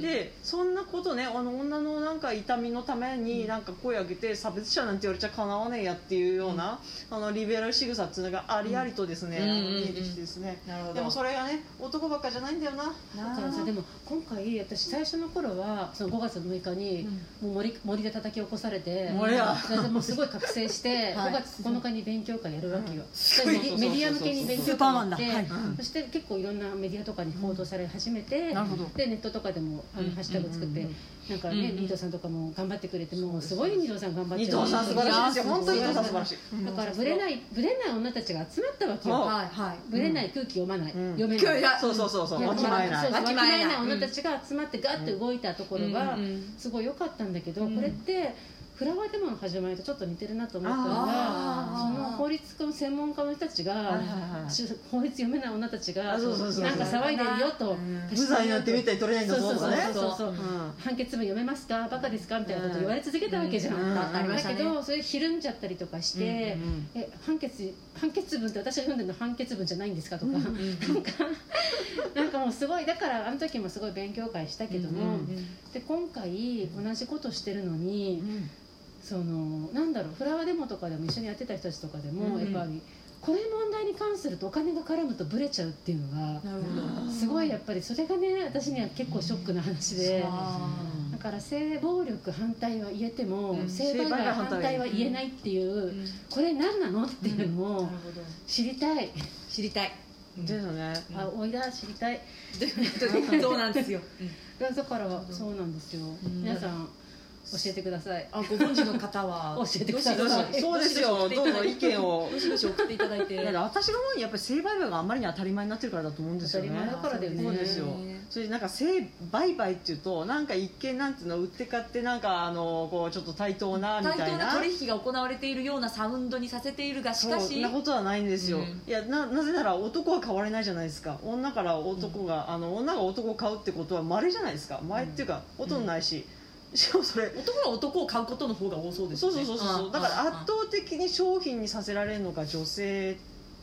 S3: でそんなことねあの女のなんか痛みのためになんか声上げて差別者なんて言われちゃかなわねえやっていうような、あのリベラル仕草っていうのがありありとですね、
S2: うん
S3: あの
S2: うんうんうん
S3: 見えてきてですね、
S2: なるほど
S3: でもそれがね男ばっかじゃないんだよな
S4: だからさでも今回私最初の頃はその5月6日にもう森森で叩き起こされて
S3: 森や
S4: それでもうすごい覚醒 して
S2: は
S4: 5
S2: い
S4: 月9日に勉強会やるわけよ
S3: ごい
S4: メディメディア向けに勉強
S2: スーパーマ
S4: 会
S2: ン
S4: や
S2: だ
S4: って、
S2: はい
S3: うん
S4: そして結構いろんなメディアとかに報道され始めて、
S3: なるほど
S4: でネットとかでもあ
S2: うん
S4: のハッシュタグ作って、
S3: うんうん
S4: なんかね、
S2: うんうん
S4: 二藤さんとかも頑張ってくれてもうすごい二藤さん頑張って
S3: 伊藤さん素晴らしいですよ
S2: いや
S3: 本当に伊藤さん素晴らしい。
S4: だからぶれないぶれない女たちが集まったわけ
S3: そう
S4: よ
S2: はいはい
S4: ぶれない空気読まない、
S3: うん
S4: 読めない
S3: そうそうそうそう
S4: いや
S3: わきまえな
S4: そうそ
S3: い
S4: うわ
S2: わ
S4: き
S2: き
S4: ま
S2: ま
S4: え
S2: え
S4: な
S2: ないい
S4: 女たちが集まってガッと動いたところが
S2: うんうん
S4: すごい良かったんだけど、
S2: うん
S4: これってフラワーデモの始まりとちょっと似てるなと思ったのがそ
S2: あ
S4: の
S2: ー
S4: 法律家の専門家の人たちが
S3: はいはいはい
S4: し法律読めない女たちがな
S3: あ
S4: んか
S3: そうそうそうそう
S4: 騒いでるよと
S3: 無罪になってみたり取れないんだ
S4: そう
S3: ぞ
S4: そうそ
S3: と
S4: う
S3: かね。
S4: そうそうそううん判決文読めますかバカですかみたいなこと言われ続けたわけじゃん、
S3: うんうん
S2: ありま
S4: だ
S2: した
S4: け
S2: ね
S4: どそれひるんじゃったりとかして、
S3: うんうん
S4: え判決判決文って私が読んでるの判決文じゃないんですかとか、なんか なんかもうすごいだからあの時もすごい勉強会したけども、
S3: うんうん
S4: で今回同じことしてるのに、
S3: うん
S4: そのなんだろうフラワーデモとかでも一緒にやってた人たちとかでも、
S3: うんうん
S4: やっぱりこういう問題に関するとお金が絡むとブレちゃうっていうの
S2: なる
S4: がすごいやっぱりそれがね私には結構ショックな話でだから性暴力反対は言えても、
S2: うん
S4: 性売
S3: 性売買
S4: 買
S3: 反
S4: 反
S3: 対
S4: 対は言えないっていう、これ何なのっていうのを知りたい、
S2: 知りたい
S3: ですよね
S2: うん
S4: あおいだ知りたい
S2: そうなんですよ、
S4: だからそうなんですよ、
S2: ん
S4: 皆さん教えてください
S2: あご存知の方は
S4: 教えてください
S2: どしどし
S3: そうですよどんどん意見を
S2: どしどし送っていただいて
S3: だから私が思うにやっぱり性売買があんまりに当たり前になってるからだと思うんですよね
S4: 当たり前だからだよね
S3: そうですよそれでなんか性売買っていうとなんか一見なんていうの売って買ってなんかあのこうちょっと対等なみ
S2: 対
S3: た
S2: 等
S3: いな
S2: な取引が行われているようなサウンドにさせているがしか
S3: そん
S2: し
S3: なことはないんですよ、
S2: うん
S3: いやななぜなら男は買われないじゃないですか女から男が、あの女が男を買うってことは稀じゃないですか稀っていうかほとんどないし、しかもそれ
S2: 男が男を買うことの方が多そうです
S3: そうそ
S2: よね
S3: うそうそうだから圧倒的に商品にさせられるのが女性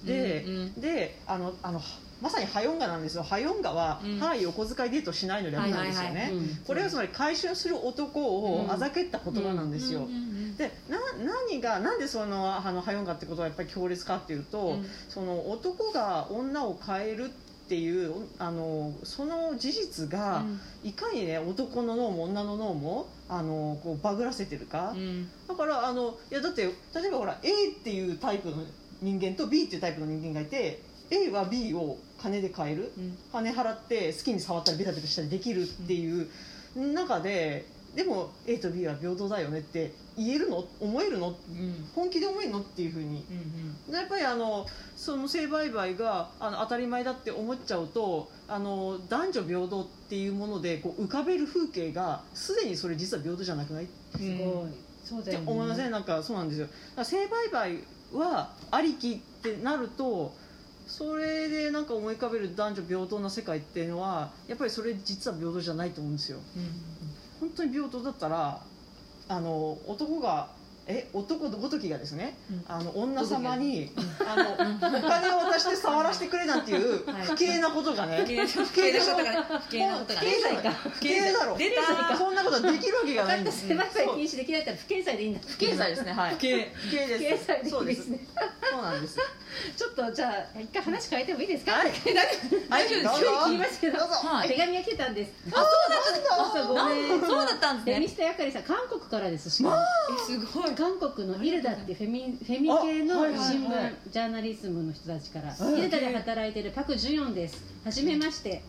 S3: で、
S2: うんうん
S3: であのあのまさにハヨンガなんですよハヨンガは、
S2: うん
S3: はい横遣いデートしないの略なんですよね、
S2: はいはいはい
S4: うん
S3: これはつまり回収する男をあざけった言葉なんですよ、
S2: うんうん
S3: でな何がなんでそのあのハヨンガってことはやっぱり強烈かっていうと、
S2: うん
S3: その男が女を変えるっていうあのその事実が、いかにね男の脳も女の脳もあのこうバグらせてるか、
S2: うん
S3: だからあのいやだって例えばほら A っていうタイプの人間と B っていうタイプの人間がいて A は B を金で買える
S2: うん
S3: 金払って好きに触ったりベタベタしたりできるっていう中ででも A と B は平等だよねって言えるの思えるの
S2: うんうん
S3: 本気で思えるのっていうふうに
S2: うん
S3: やっぱりあのその性売買があの当たり前だって思っちゃうとあの男女平等っていうものでこう浮かべる風景がすでにそれ実は平等じゃなくないっ
S4: すごいそうだ
S3: て
S4: よね
S3: 思いません、なんかそうなんですよだから性売買はありきってなるとそれでなんか思い浮かべる男女平等な世界っていうのはやっぱりそれ実は平等じゃないと思うんですよ本当に平等だったらあの男がえ男ごときがですね、
S2: うん
S3: あの女様にあのお金を渡して触らせてくれなんていう
S2: はい
S3: 不敬なことが
S2: 不
S3: ね
S2: 敬なことがね不敬なことがね
S3: 不敬だろ不敬だろ
S2: 出た
S3: そんなことはできるわけがないん
S4: だ
S3: で
S4: って
S3: す
S4: 性売買禁止できないったら不敬罪でいいんだ
S3: 不敬罪ですねはい
S2: 不敬
S3: 不敬です
S4: 不敬罪で
S3: そ
S4: いうい
S3: で
S4: ですすね
S3: そうなん です
S4: ちょっとじゃあ一回話変えてもいいですか、
S3: はい
S2: 大丈夫です
S3: どうぞ
S4: 急に切りますけど
S3: どうぞ
S2: はい
S4: 手紙が来たんです
S2: あ
S4: 朝
S2: そう
S4: ご
S2: だった
S4: めん
S2: そうだったんです
S4: デミ
S2: ね
S4: スタやかりさん韓国からですしかも
S2: すごい
S4: 韓国のイルダってフェミフェミ系
S3: あ
S4: の
S3: はいはいはい
S4: 新聞、ジャーナリズムの人たちから、イルダで働いてるパク・ジュヨンですはじめまして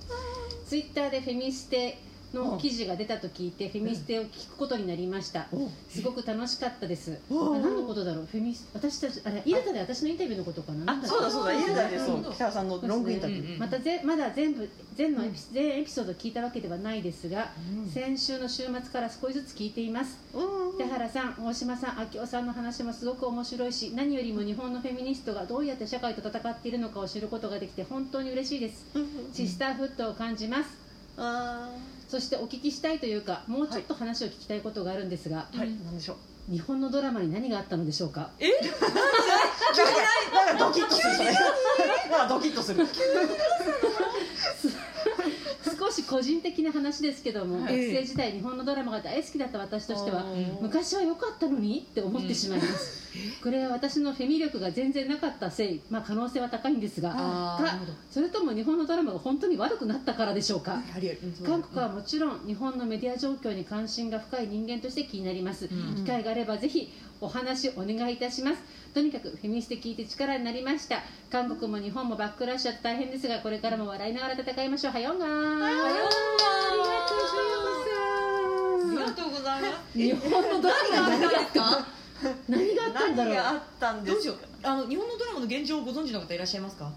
S4: ツイッターでフェミステの記事が出たと聞いてフェミステを聞くことになりました
S3: お
S4: すごく楽しかったですあ
S3: お
S4: 何のことだろうフェミス私たちあれイルダで私のインタビューのことかな
S3: あそうだそうだイルダでそ
S2: うん
S3: う北原さんのロングインタビュー、
S2: うん
S4: またぜまだ全部全のエピ,、全エピソード聞いたわけではないですが、
S3: うん
S4: 先週の週末から少しずつ聞いています
S3: うん
S4: 北原さん大島さん秋夫さんの話もすごく面白いし何よりも日本のフェミニストがどうやって社会と戦っているのかを知ることができて本当に嬉しいですシスターフットを感じます
S3: あ
S4: そしてお聞きしたいというかもうちょっと話を聞きたいことがあるんですが、
S3: ーはいなんでしょう
S4: 日本のドラマに何があったのでしょうか
S2: え
S3: なんかドキッとするそれなんかドキッとする
S4: 少し個人的な話ですけども、
S2: はい
S4: 学生時代日本のドラマが大好きだった私としては
S3: うん
S4: 昔は良かったのにって思ってしまいます、これは私のフェミ力が全然なかったせい、まあ、可能性は高いんですが
S2: あーな
S4: か
S2: るほど
S4: それとも日本のドラマが本当に悪くなったからでしょうか
S2: ありえるうんそうだ
S4: 韓国はもちろん日本のメディア状況に関心が深い人間として気になります、
S2: ん
S4: 機会があればぜひお話お願いいたしますとにかくフェミステ聞いて力になりました韓国も日本もバックラッシュあって大変ですがこれからも笑いながら戦いましょうはようがー
S2: ありがと
S3: う
S2: うございますありがとうございます
S4: 日本のドラマが
S2: 何があったんですか
S4: 何があったんだ
S3: 何
S4: ろう
S3: があったんで
S2: どうし
S3: す
S2: ようあの日本のドラマの現状をご存知の方いらっしゃいますか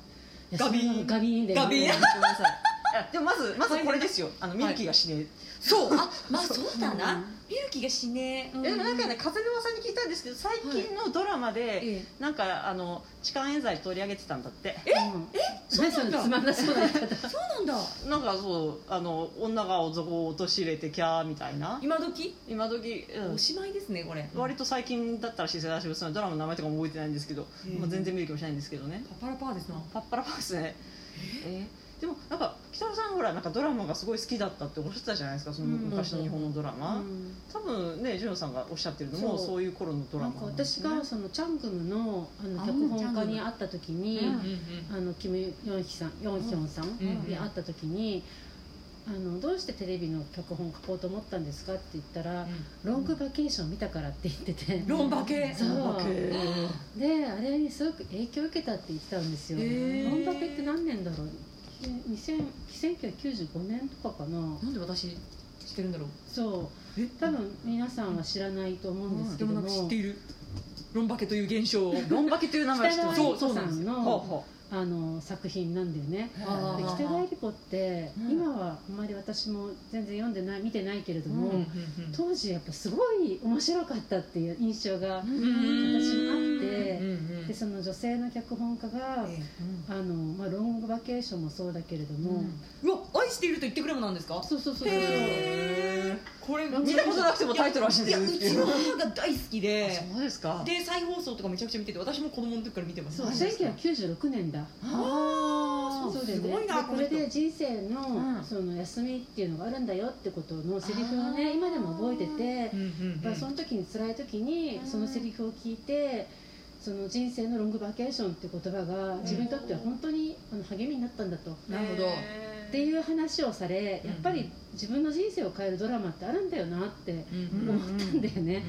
S4: いやそんなのガビーンだよ
S2: ガビーン
S3: ごめんなさいいやでもまずまずこれですよあのミルキーが死ね
S2: そうあまあそうだなミルキが死ねえ
S3: えでもなんかね風沼さんに聞いたんですけど最近のドラマで
S2: え
S3: なんかあの痴漢冤罪取り上げてたんだって
S4: うん何そのつまんなそうな言い方
S2: そうなんだ
S3: なんかそうあの女が男を陥れてキャーみたいな
S2: 今時
S3: 今時うん
S2: おしまいですねこれ
S3: 割と最近だったらしい世代しドラマの名前とかも覚えてないんですけど
S2: うん
S3: まあ全然見る気もしないんですけどね
S2: パパラパーですな
S3: パッパラパーですねえでもなんか北野さんほらなんかドラマがすごい好きだったっておっしゃってたじゃないですかその
S4: うん
S3: 昔の日本のドラマ、
S4: うん
S3: 多分ねジュンさんがおっしゃってるのも
S4: そう
S3: そういう頃のドラ
S4: なん
S3: マ
S4: か
S3: なんです
S4: 私
S3: ね
S4: がそのチャングムのあの
S2: あ
S4: 脚本
S2: チャ
S4: 家
S2: ングム
S4: に会った時に、
S2: うん
S4: あのキム・ヨンヒさんヨンヒョンさん
S2: ん
S4: に会った時に、あの「どうしてテレビの脚本書こうと思ったんですか?」って言ったら「ロングバケーション見たから」って言ってて、
S2: ロンバケ
S4: そう
S3: バケー
S4: であれにすごく影響を受けたって言ってたんですよ。
S2: へー
S4: ロンバケって何年だろう2000 1995年とかかな
S2: なんで私知ってるんだろう
S4: そう
S2: え
S4: 多分皆さんは知らないと思うんですけ
S2: で
S4: ど
S2: も
S4: も、
S2: なんか知っているロンバケという現象を
S3: ロンバケという名前は知ってます
S4: 北
S2: そ
S4: 川悦子
S2: う
S4: さ
S2: なんです
S4: ん
S2: よ
S3: ほう
S4: の
S3: ほ
S4: あの作品なんだよね
S3: う
S2: あ
S4: で
S2: ー
S4: 北川悦子って、
S3: うん
S4: 今はあんまり私も全然読んでない見てないけれども、
S3: うん
S4: 当時やっぱすごい面白かったっていう印象が、私もあっ
S2: 私う
S4: て
S2: ん
S4: でその女性の脚本家が、あのまあ、ロングバケーションもそうだけれども、
S3: うん
S2: うん、うわ愛していると言ってくれもなんですか
S4: そうそうそうそう
S2: へーこれ
S3: 見たことなくてもタイトルは知ってる
S2: いやうちの母が 大好き
S3: あ
S2: で
S3: そうですか
S2: で再放送とかめちゃくちゃ見てて私も子供の時から見てます
S4: そう1996年だ
S3: あ
S2: あ
S4: そうだよ
S2: す
S4: ね
S2: ごいな
S4: で
S2: こ
S4: こ
S2: の
S4: れ
S2: 人
S4: で人生の,、
S3: うん
S4: その休みっていうのがあるんだよってことのセリフをね今でも覚えてて、
S2: うんうん
S4: まあその時に辛い時にそのセリフを聞いてその人生のロングバケーションっていう言葉が自分にとっては本当にあの励みになったんだと。っ
S2: なるほど
S4: ていう話をされ
S2: うん
S4: やっぱり自分の人生を変えるドラマってあるんだよなって
S2: うん
S4: 思
S2: うん
S4: ったんだよね。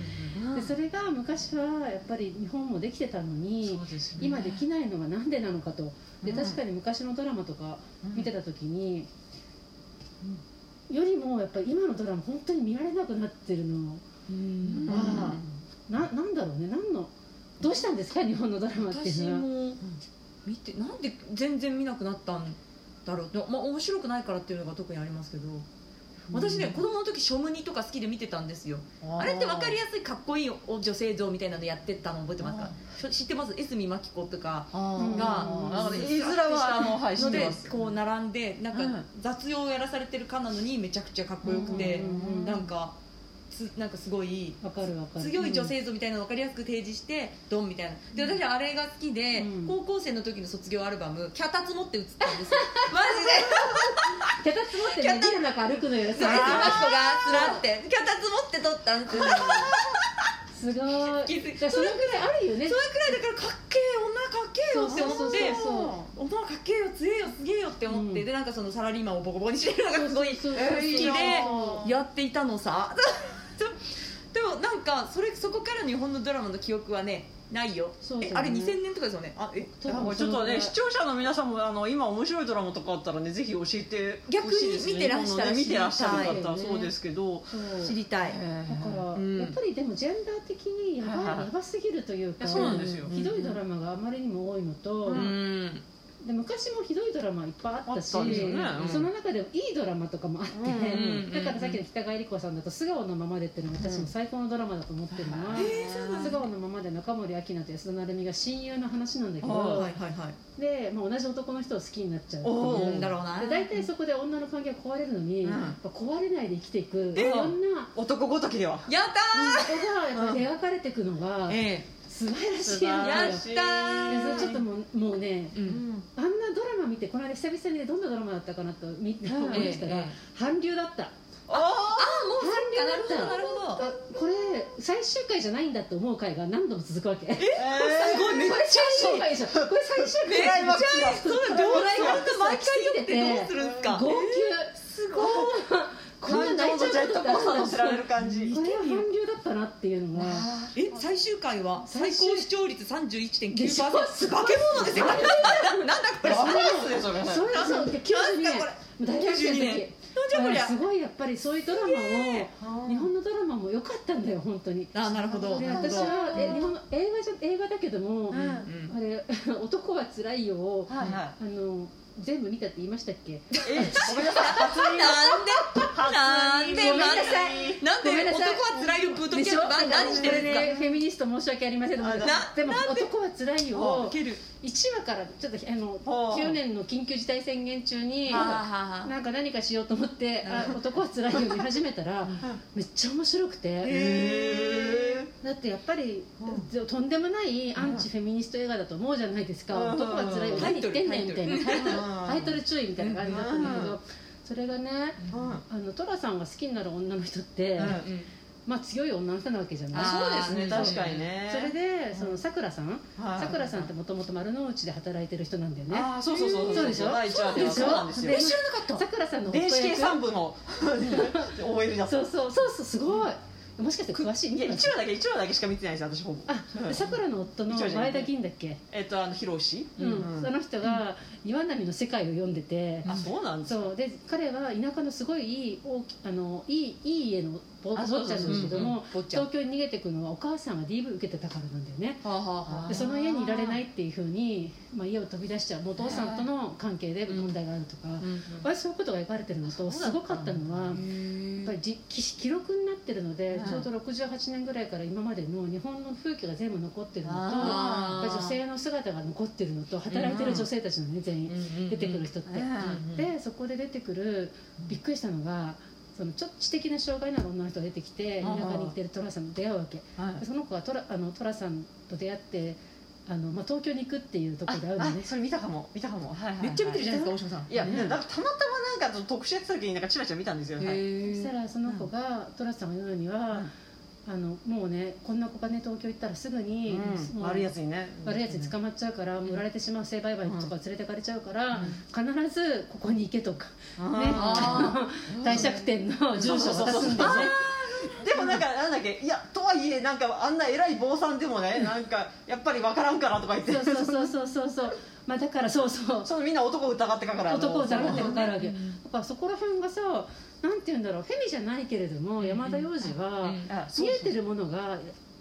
S3: うん
S4: でそれが昔はやっぱり日本もできてたのに
S3: そうですよね
S4: 今できないのがなんでなのかとで
S3: うん
S4: 確かに昔のドラマとか見てた時に
S3: うん
S4: よりもやっぱり今のドラマ本当に見られなくなってるの
S2: うん
S4: あななんだろうね何のどうしたんですか日本のドラマって
S2: 私
S4: いうのは。
S2: も見てなんで全然見なくなったんだろうでもまあ面白くないからっていうのが特にありますけど私ね子供の時ショムニとか好きで見てたんですよあれって分かりやすいかっこいいお女性像みたいなのやってたの覚えてますかしょ知ってます江角真紀子とか
S3: うん
S2: が
S3: あー絵面はあのはい知
S2: の
S3: って
S2: で
S3: ます
S2: こう並んでなん
S3: うん
S2: か雑用をやらされてるかなのにめちゃくちゃかっこよくて
S4: うんうんうん
S2: なんかつなんかすごい
S4: わかるわかる
S2: 強い女性像みたいなのを分かりやすく提示してドンみたいなで私あれが好きで、
S4: うん
S2: 高校生の時の卒業アルバム脚立持って写ったんですよマジで
S4: 脚立持ってね
S2: 脚立
S4: ビルの中歩くのよ
S2: それマキコがつらって脚立持って撮ったんですよそれ
S4: すごい
S2: 気づい
S4: だからそれくらいあるよね
S2: くらいだからかっけえ女かっけえよって思って
S4: そうそう
S2: 女かっけえよ強えよすげえよって思って、
S4: うん
S2: でなんかそのサラリーマンをボコボコにしてるのがすごい
S4: そうそう
S3: えーいいな
S4: そう
S2: やっていたのさ でもなんかそれそこから日本のドラマの記憶はねないよ
S4: そうだよ
S2: え
S4: ね
S2: あれ2000年とかですよねあえ
S4: 多分
S3: ちょっとね視
S4: そ
S3: 聴者の皆さんもあの今面白いドラマとかあったらねぜひ教えてほしいですね
S2: 逆に見てらっしゃる
S3: 今のね見てらっしゃる方は
S4: 知りたい
S3: そうですけど
S4: のくらいそう
S2: 知りたい
S4: だから、
S2: うん
S4: やっぱりでもジェンダー的にやば,、
S3: はいはい
S4: い、やばすぎるという
S3: い
S4: か
S3: やそうなんですよ
S4: ひどいドラマがあまりにも多いのと、
S2: うん
S4: で昔もひどいドラマいっぱいあったし
S3: あったんですよねうん
S4: その中でもいいドラマとかもあって、
S3: うんうん
S4: だからさっきの北川悦子さんだと「素顔のままで」っていうのが私も最高のドラマだと思ってるのは、素顔のままで中森明菜と安田成美が親友の話なんだけど、
S2: はいはいはい
S4: で、まあ、同じ男の人を好きになっちゃうって
S3: お
S4: い
S3: ー
S4: う
S2: だろうな
S4: で大体そこで女の関係が壊れるのに、
S3: うん
S4: やっぱ壊れないで生きていくい
S3: え
S4: ろんな
S3: 男ごときでは
S2: やった
S4: 人がやっぱり描かれていくのが
S2: ーえ
S4: 素晴らしい
S2: え
S4: な
S2: や
S4: よ
S2: っ
S4: で
S2: た
S4: それ
S2: ー
S4: ちょっともうもうね
S2: うん
S4: あんなドラマ見てこの間久々にねどんなドラマだったかなと見て思い出した
S2: え
S4: ら
S2: え
S4: 韓流だった
S2: あもうそっかな
S4: 韓流
S2: るほどなるほど
S4: あこれ最終回じゃないんだと思う回が何度も続くわけえ
S3: えー
S2: すごいめっちゃ
S4: これ最終回でしょこれ最終
S2: めっ
S4: 回
S2: ちゃいいそ
S4: これ
S2: れどう
S4: ドラえもんと
S2: 毎
S4: 毎
S2: 回
S4: 回
S2: 酔
S4: 酔
S2: っ
S4: っててど
S2: どう
S4: う
S2: す
S4: す
S2: るんですか
S4: 号泣すごいこんな泣いちゃうことってあ
S3: 感情のジェットコースター
S4: る
S3: 乗
S4: ん
S3: せ
S4: だ
S3: られる感じ
S4: これは韓流だったなっていうのが
S2: え最終回は最
S4: 最終
S2: 高視聴率
S4: でしょ
S2: 31.9%化け物ですよなんだこれ
S3: ダ
S2: なん
S3: メ
S2: だ
S3: ですねそれね
S4: そうそうで92年
S2: なんか
S4: 大学生の
S2: 92年
S4: 時
S2: じゃあこりゃ
S4: すごいやっぱりそういうドラマを日本のドラマも良かったんだよ本当に
S2: あなるほど
S4: で
S2: なるほ
S4: 私
S2: ど
S4: はえ日本の映画じゃ映画だけども、
S2: うん
S4: あ
S2: うん
S4: れ 男はつらいよを、
S3: はいはい
S4: あの全部見たって言いましたっけ
S3: えごめんなさい初
S2: なん
S3: 耳
S2: で
S4: ごめ
S2: なんで
S4: んな
S2: なんで
S4: さい
S2: なん
S4: ごめん
S2: で
S4: な
S2: 男
S4: さい
S2: は辛いよぶっと
S4: でし
S2: ける
S4: ょ
S2: な何してるんで
S4: こ
S2: すか
S4: れねフェミニスト申し訳ありませんでも
S3: あな
S4: でも男はつらいよ
S2: あ
S4: を
S2: ける
S4: 1話からちょっとあの
S3: あ
S4: 9年の緊急事態宣言中に
S2: はあ
S4: な
S2: はあはあ
S4: んか何かしようと思って「あ男はつらいよ」見始めたらめっちゃ面白くて。
S3: へ
S4: だってやっぱり、とんでもないアンチフェミニスト映画だと思うじゃないですか、
S3: うん
S4: 男は辛いよ
S2: タ
S4: 何
S2: イト
S4: 言っ
S2: ル
S4: てんねんみたいなタイトル
S3: う
S4: タイトル
S3: ん
S4: 注意みたいな感じだったんだけど、
S3: うん
S4: それがね
S3: うん
S4: あの寅さんが好きになる女の人って、
S3: うん
S2: うん
S4: まあ強い女の人なわけじゃない
S2: あ
S3: そうですね
S2: うん
S3: 確かにね
S4: それでそのさくらさん
S3: はい
S4: さくらさんってもともと丸の内で働いてる人なんだよね
S3: ああそうそうそう
S4: そうでしょ
S3: 第一話ではそうなんですよ
S2: え知らなかった
S4: さくらさんの
S3: 電子計算
S4: 部
S3: 部の OL だった
S4: そうそうそうそうすごいもしかして詳しい
S3: いや一話だけ一話だけしか見てないです私ほぼ
S4: あさくらの夫の
S3: 一応じゃな
S4: 前
S3: い
S4: 田銀だっけ
S3: えっとあの広志
S4: うん、その人が岩波の世界を読んでて、
S3: あそうなんですか
S4: そうで彼は田舎のすごいいい大きあのいいいい家のぼ坊
S2: あ
S4: ち
S2: そう
S4: ゃんなんですけど
S2: うんう
S4: も
S2: ん坊ちゃん
S4: 東京に逃げてくのはお母さんが DV 受けてたからなんだよね
S2: はあはあはあ
S4: でその家にいられないっていうふうに、まあ、家を飛び出しちゃうもうお父さんとの関係で問題があるとか、
S2: うん
S4: 私そういうことが描かれてるのと
S3: そうだ
S4: す
S3: った
S4: ご
S3: んだ
S4: かったのは。やっぱりじ記記録になってるので、
S3: はい
S4: ちょうど68年ぐらいから今までの日本の風景が全部残ってるのとやっ
S2: あ
S4: ぱ
S2: ー
S4: り女性の姿が残ってるのと働いてる女性たちのね全員出てくる人って、
S2: うん
S4: でそこで出てくるびっくりしたのがそのちょっと知的な障害のある女の人が出てきて田
S3: あ
S4: 舎
S3: ー
S4: に行ってる寅さんと出会うわけその子は寅あの寅さんと出会ってあの、まあ、東京に行くっていうところで会うんだね
S3: それ見たかも見たかもはいはいはい
S2: めっちゃ見てるじゃないですか大島さん
S3: いや
S2: ね
S3: なんかたまたまなんか特殊やってた時になんかチラチラ見たんですよはい
S2: へ
S4: そ
S2: え
S4: したらその子が寅さんが言うには、あのもうねこんな子がね東京行ったらすぐに、
S3: うん
S4: もう
S3: 悪いやつにね
S4: 悪いやつに捕まっちゃうから、もう売られてしまう性売買とか連れてかれちゃうから、必ずここに行けとか、ね
S2: あ
S4: 帝釈天の住所を渡すんだよね
S3: でもなんかなんだっけいやとはいえなんかあんな偉い坊さんでもねなんかやっぱり分からんからとか言って
S4: そうそうそうそうそうまあだからそうそう
S3: そうみんな男を疑ってかから
S4: 男を疑ってかかるわけ
S2: う
S4: だ
S2: ん
S4: からそこら辺がさなんて言うんだろうフェミじゃないけれども山田洋次は
S2: うん
S3: あそう
S4: 見えてるものが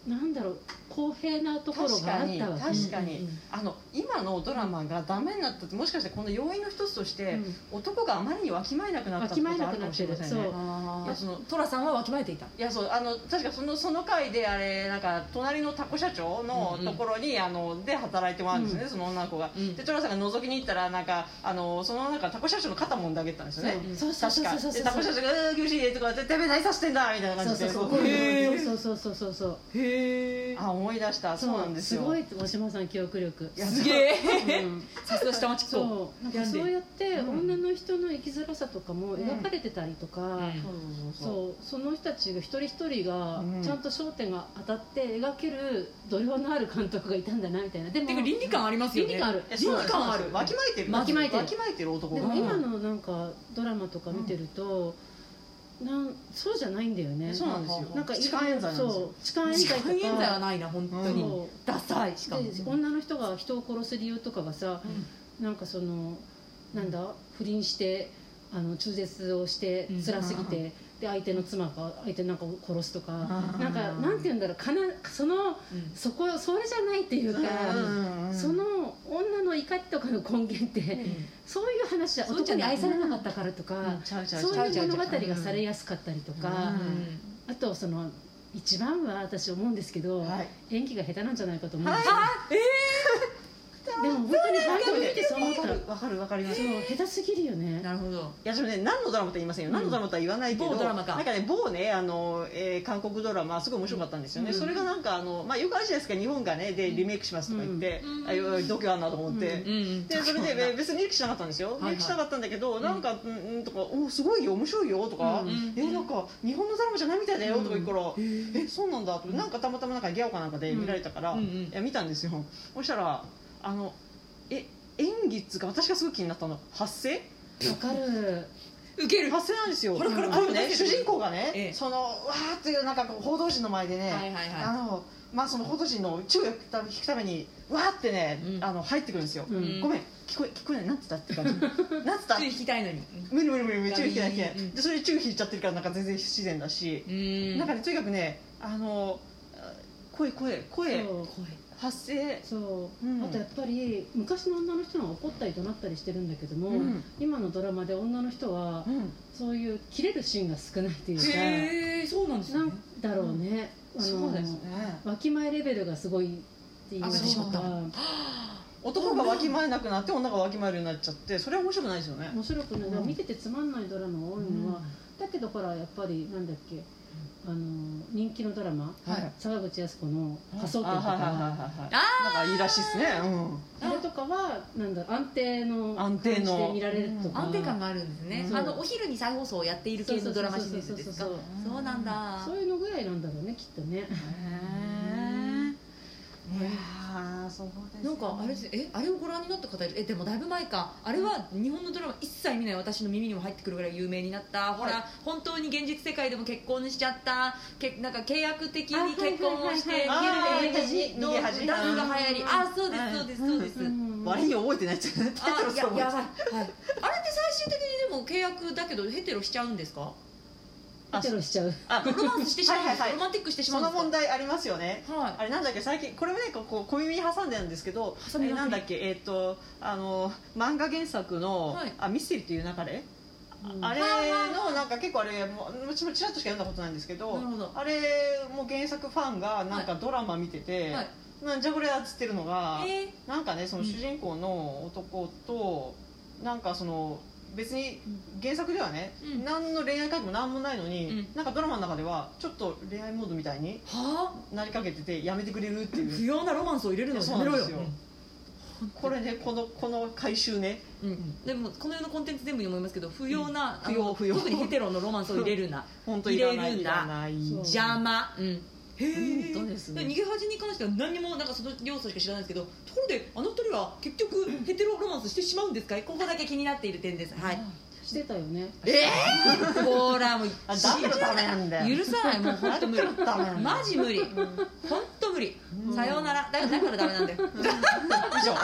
S4: なんだろう公平なところ
S3: 確
S4: があ
S3: か
S4: っ
S3: に
S4: たわけ
S3: 確か
S2: うんう
S3: に
S2: ん
S3: あの今のドラマがダメになったってもしかしてこの要因の一つとして
S4: うん
S3: 男があまりにわきまえなくなったってことがあるかもしれません
S4: わきまえなくなってるそう
S3: ねい
S2: あ
S3: やその
S2: トラさんはわきまえていた
S3: いやそうあの確かそのその回であれなんか隣のタコ社長の
S2: うんう
S3: と
S2: ん
S3: ころに、あので働いてもらうんですよね、
S4: う
S3: その女の子が、
S2: うん
S3: でトラさんが覗きに行ったらなんかあのそのなんかタコ社長の肩もんであげてたんですよね
S4: そうそう
S3: 確
S4: そう
S3: か
S4: そうそ
S3: で
S4: う
S3: タコ
S4: そう
S3: 社長が「うー厳しい」とか「てめえ何さしてんだ」みたいな
S4: そ
S3: 感
S4: う
S3: じで
S4: そう
S3: こ
S2: へー
S4: そうそうそうそうそう
S2: へえ
S3: あ思い出したそうなんですよ
S4: ごい大島さん記憶力
S3: いや
S2: すげえ
S4: うん
S2: さすが下町っ子
S4: そうなんかそうやって女の人の生きづらさとかも描かれてたりとか、
S2: う
S3: そう
S2: ん
S3: そうそう
S4: そうその人たちが一人一人が
S3: うん
S4: ちゃんと焦点が当たって描ける度量のある監督がいたんだなみたいなでも
S2: てか倫理観ありますよね
S4: 倫理観ある
S3: いや
S2: 倫
S3: そうなん
S2: 理
S3: です
S2: 観ある
S3: わきまえてる
S4: わきまえてる
S3: わきまえてる男
S4: で
S3: が
S4: も今のなんかドラマとか見てると、なんそうじゃないんだよね
S3: そうなんですよ
S4: なんか
S3: 痴漢冤罪なんですよ
S4: そう痴漢冤
S2: 時
S4: 罪とか
S2: 間現在はないな本当
S3: 罪
S2: に
S4: そう
S2: ダサいしかも
S4: で女の人が人を殺す理由とかがさ、なんかそのなんだ不倫してあの中絶をして
S2: うん
S4: 辛すぎて、で相手の妻が相手なんかを殺すとか、なんかなんて
S3: い
S4: 言うんだろうかなその
S2: うん
S4: そこそれじゃないっていうか、
S3: うん
S4: その女の怒りとかの根源って、そういう話じゃ
S2: そうじ
S4: 男
S2: ゃ
S4: に
S2: ない
S4: 愛されなかったからとか、
S3: うんちゃうちゃうち
S4: そ
S3: ゃ
S4: う
S3: う
S4: いう物語がされやすかったりとか、
S3: うん
S4: あとその一番は私思うんですけど、
S3: はい
S4: 演技が下手なんじゃないかと思うん
S3: は
S4: で
S3: い
S4: すよ、
S2: え
S4: でも本当に
S3: わ
S4: 俳
S3: か
S4: 優見てそう思った
S3: るわかるわかります
S4: そう下手すぎるよね
S2: ーなるほど
S3: いやでもね何のドラマと言いませんよ、
S4: うん
S3: 何のドラマとは言わないけど
S2: 某ドラマか
S3: なんかね某ねあの、えー韓国ドラマすごい面白かったんですよね、
S2: うん
S3: それがなんかあの、まあ、よくあるじゃないですか日本がねでリメイクしますとか言って、あいやいや度胸あんなと思って。
S4: うん
S2: ん
S3: でそれで別にメイクしなかったんですよ
S2: いは
S3: メ
S2: い
S3: イクしなかったんだけどなんか「うん」とか「おすごいよ面白いよ」とか
S2: う
S3: 「
S2: ん
S3: えなんか日本のドラマじゃないみたいだよ」とか言うから「えそうなんだ」となんかたまたまなんかギャオかなんかで見られたから
S2: うんうん
S3: いや見たんですよそしたらあのえ演技っつうか私がすごい気になったの発声
S4: わかる
S2: 受ける
S3: 発声なんですよ
S2: これから
S3: あのね
S2: これ
S3: 主人公が
S2: え
S3: ね
S2: え
S3: そのわーっていうなんかこう報道陣の前でね
S2: はいはいはい
S3: あのまあその報道陣の注意を引くためにわーってね
S2: うん
S3: あの入ってくるんですよ
S4: うん
S3: ごめん聞こえ聞こえないなんつったって感じなんつった
S2: つい引きたいのに
S3: 無理無理無理無理
S2: あ
S3: 宙引けない
S2: い
S3: 引
S2: い
S3: け
S2: いい
S3: ない
S2: うん
S3: でそれで宙引いちゃってるからなんか全然不自然だし、
S2: うん
S3: なんかねとにかくねあのあ声声声
S4: そう
S3: 発声
S4: そう、
S3: うん
S4: あとやっぱり昔の女の人の方が怒ったり怒鳴ったりしてるんだけども、
S3: うん
S4: 今のドラマで女の人は
S3: うん
S4: そういう切れるシーンが少ないっていうか、
S2: へえそうなんですね
S4: なんだろうね、あの
S3: そうですね
S4: わきまえレベルがすごいっていうのが
S2: 上がってしまった
S4: あ
S3: 男がわきまえなくなって女がわきまえるようになっちゃってそれは面白くないですよね
S4: 面白くない、
S3: うん
S4: 見ててつまんないドラマが多いのは、だけどほらやっぱりなんだっけあの人気のドラマ、
S3: はい
S4: 沢口靖子の「仮想研」
S3: あ
S4: と
S3: はいはいはい
S4: か
S3: はいはいなんかいいらしいですね、
S4: あれとかはなんだ安定の
S3: 安定
S4: 感
S3: の
S4: じで見られるとか、
S2: 安定感があるんですね、
S4: うん
S2: あのお昼に再放送をやっている系のドラマシリーズですか
S4: そうそうそう
S3: そう
S2: そうなんだ
S4: そういうのぐらいなんだろうねきっとね
S3: うん、いやーそうですね
S2: なんかあれですえあれをご覧になった方いるえでもだいぶ前かあれは日本のドラマ一切見ない私の耳にも入ってくるぐらい有名になった、ほら本当に現実世界でも結婚しちゃったけなんか契約的
S4: あ
S2: に結婚をして
S3: はいはいはいはい
S2: 逃げ
S3: あ
S2: る
S3: ー逃げ恥
S2: ダンスが流行り
S3: うん
S2: あそうで
S3: はい
S2: すそうですそうです、
S3: 割に覚えてないっていうね タイト
S2: あ
S3: ル
S2: い
S3: す
S2: や
S3: ら覚えて
S2: や
S3: な
S2: ばい、はいい、あれって最終的にでも契約だけどヘテロしちゃうんですか
S4: あテロしちゃう
S3: あ
S2: ロマンスしてしまうんですか、
S3: はいはいはい
S2: ロマンティックしてしま
S3: そ
S2: う
S3: の
S2: んですか
S3: 問題ありますよね
S2: はい
S3: あれなんだっけ最近これもねこうこう小耳に挟んでるんですけど
S2: 挟み
S3: え
S2: まくり
S3: なんだっけえっ、とあの漫画原作の「
S2: はい
S3: あミステリーという中で」
S4: うん
S3: あれ
S2: はいはい
S3: のなんか結構あれもうもちろんちらっとしか読んだことないんですけど
S2: なるほど
S3: あれも原作ファンがなんかドラマ見てて、
S2: はい
S3: なんじゃこれやっつってるのが、
S2: え
S3: なんかねその主人公の男と、なんかその別に原作ではね、
S2: うん
S3: 何の恋愛関係も何もないのに、
S2: うん
S3: なんかドラマの中ではちょっと恋愛モードみたいに
S2: ー、はあ
S3: なりかけててやめてくれるっていう
S2: 不要なロマンスを入れるのはや
S3: そう
S2: め
S3: なん
S2: ろ
S3: で
S2: よ
S3: すよこれねこのこの回収ね
S2: うん、でもこの世のコンテンツ全部に思いますけど不要な、
S3: うん不要
S2: あの
S3: 不要
S2: 特にヘテロのロマンスを入れるな
S3: 本当いらない
S2: 入れるん
S3: い
S2: だ
S3: らない
S4: そう
S2: 邪魔、うん、へえ
S3: 本当ですね
S2: 逃げ恥に関しては何にもなんかその要素しか知らないですけどところであの二人は結局ヘテロロマンスしてしまうんですかいここだけ気になっている点ですはい
S4: してたよ ね
S2: えー、ほらもう
S3: あだからダメなんだよ
S2: 許さないもう本当無理
S3: だからダメなんだよ
S2: マジ無理本当無理さようならだだからダメなんだよ
S3: 以上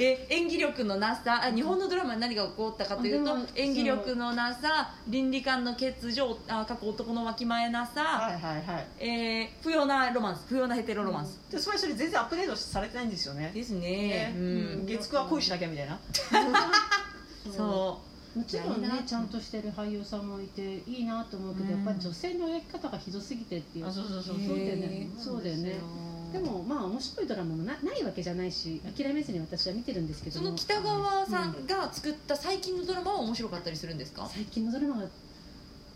S2: え演技力のなさあ日本のドラマに何が起こったかというと
S4: あでも
S2: 演技力のなさ倫理観の欠如あ過去男のわきまえな
S3: は
S2: さ、
S3: いはいはい
S2: えー不要なロマンス不要なヘテロロマンス、
S3: でそれそれ全然アップデートされてないんですよね
S2: ですね
S3: ね
S2: うん、
S3: 月9は恋しなきゃみたいな
S2: そ
S4: もちろんね
S2: ないな
S4: ちゃんとしてる俳優さんもいていいなと思うけど、
S3: うん
S4: やっぱり女性の描き方がひどすぎてっていう
S3: あそうそうそう
S2: へ
S4: そうだよ
S2: へ
S4: ね
S2: ー
S4: そうだよねでもまあ面白いドラマもなないわけじゃないし諦めずに私は見てるんですけ
S2: う
S4: ど
S2: そ
S4: も
S2: の北川さんが作った最近のドラマは面白かったりするんですか、
S4: 最近のドラマが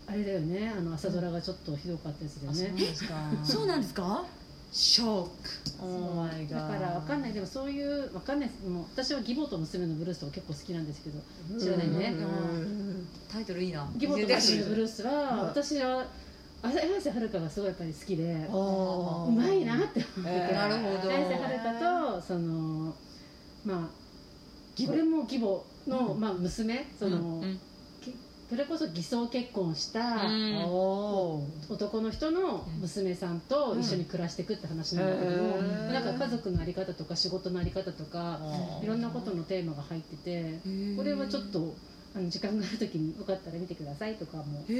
S4: あれだよねあの朝ドラがちょっとひどかったやつだよ
S3: あそうなん
S4: ね、
S3: ですか
S2: そうなんですかショック
S3: オーマイ
S4: だ
S3: ガー
S4: からわかんないでもそういうわかんないですもう私は義母と娘のブルースとか結構好きなんですけど知らないね
S3: うん
S2: タイトルいいな
S4: 義母と娘のブルー
S2: ス
S4: スは私はあ綾瀬はるかがすごいやっぱり好きで
S3: あー
S4: うまいなって思ってて
S3: えー
S2: なるほど
S4: 綾瀬はるかとそのまあこれも義母の、まあ、娘その、
S2: うん
S4: それこそ偽装結婚した
S2: うん
S3: おー
S4: 男の人の娘さんと一緒に暮らしていくって話なんだけど、
S3: うんへー
S4: なんか家族の在り方とか仕事の在り方とかいろんなことのテーマが入ってて
S2: へー
S4: これはちょっとあの時間がある時によかったら見てくださいとかも
S2: へ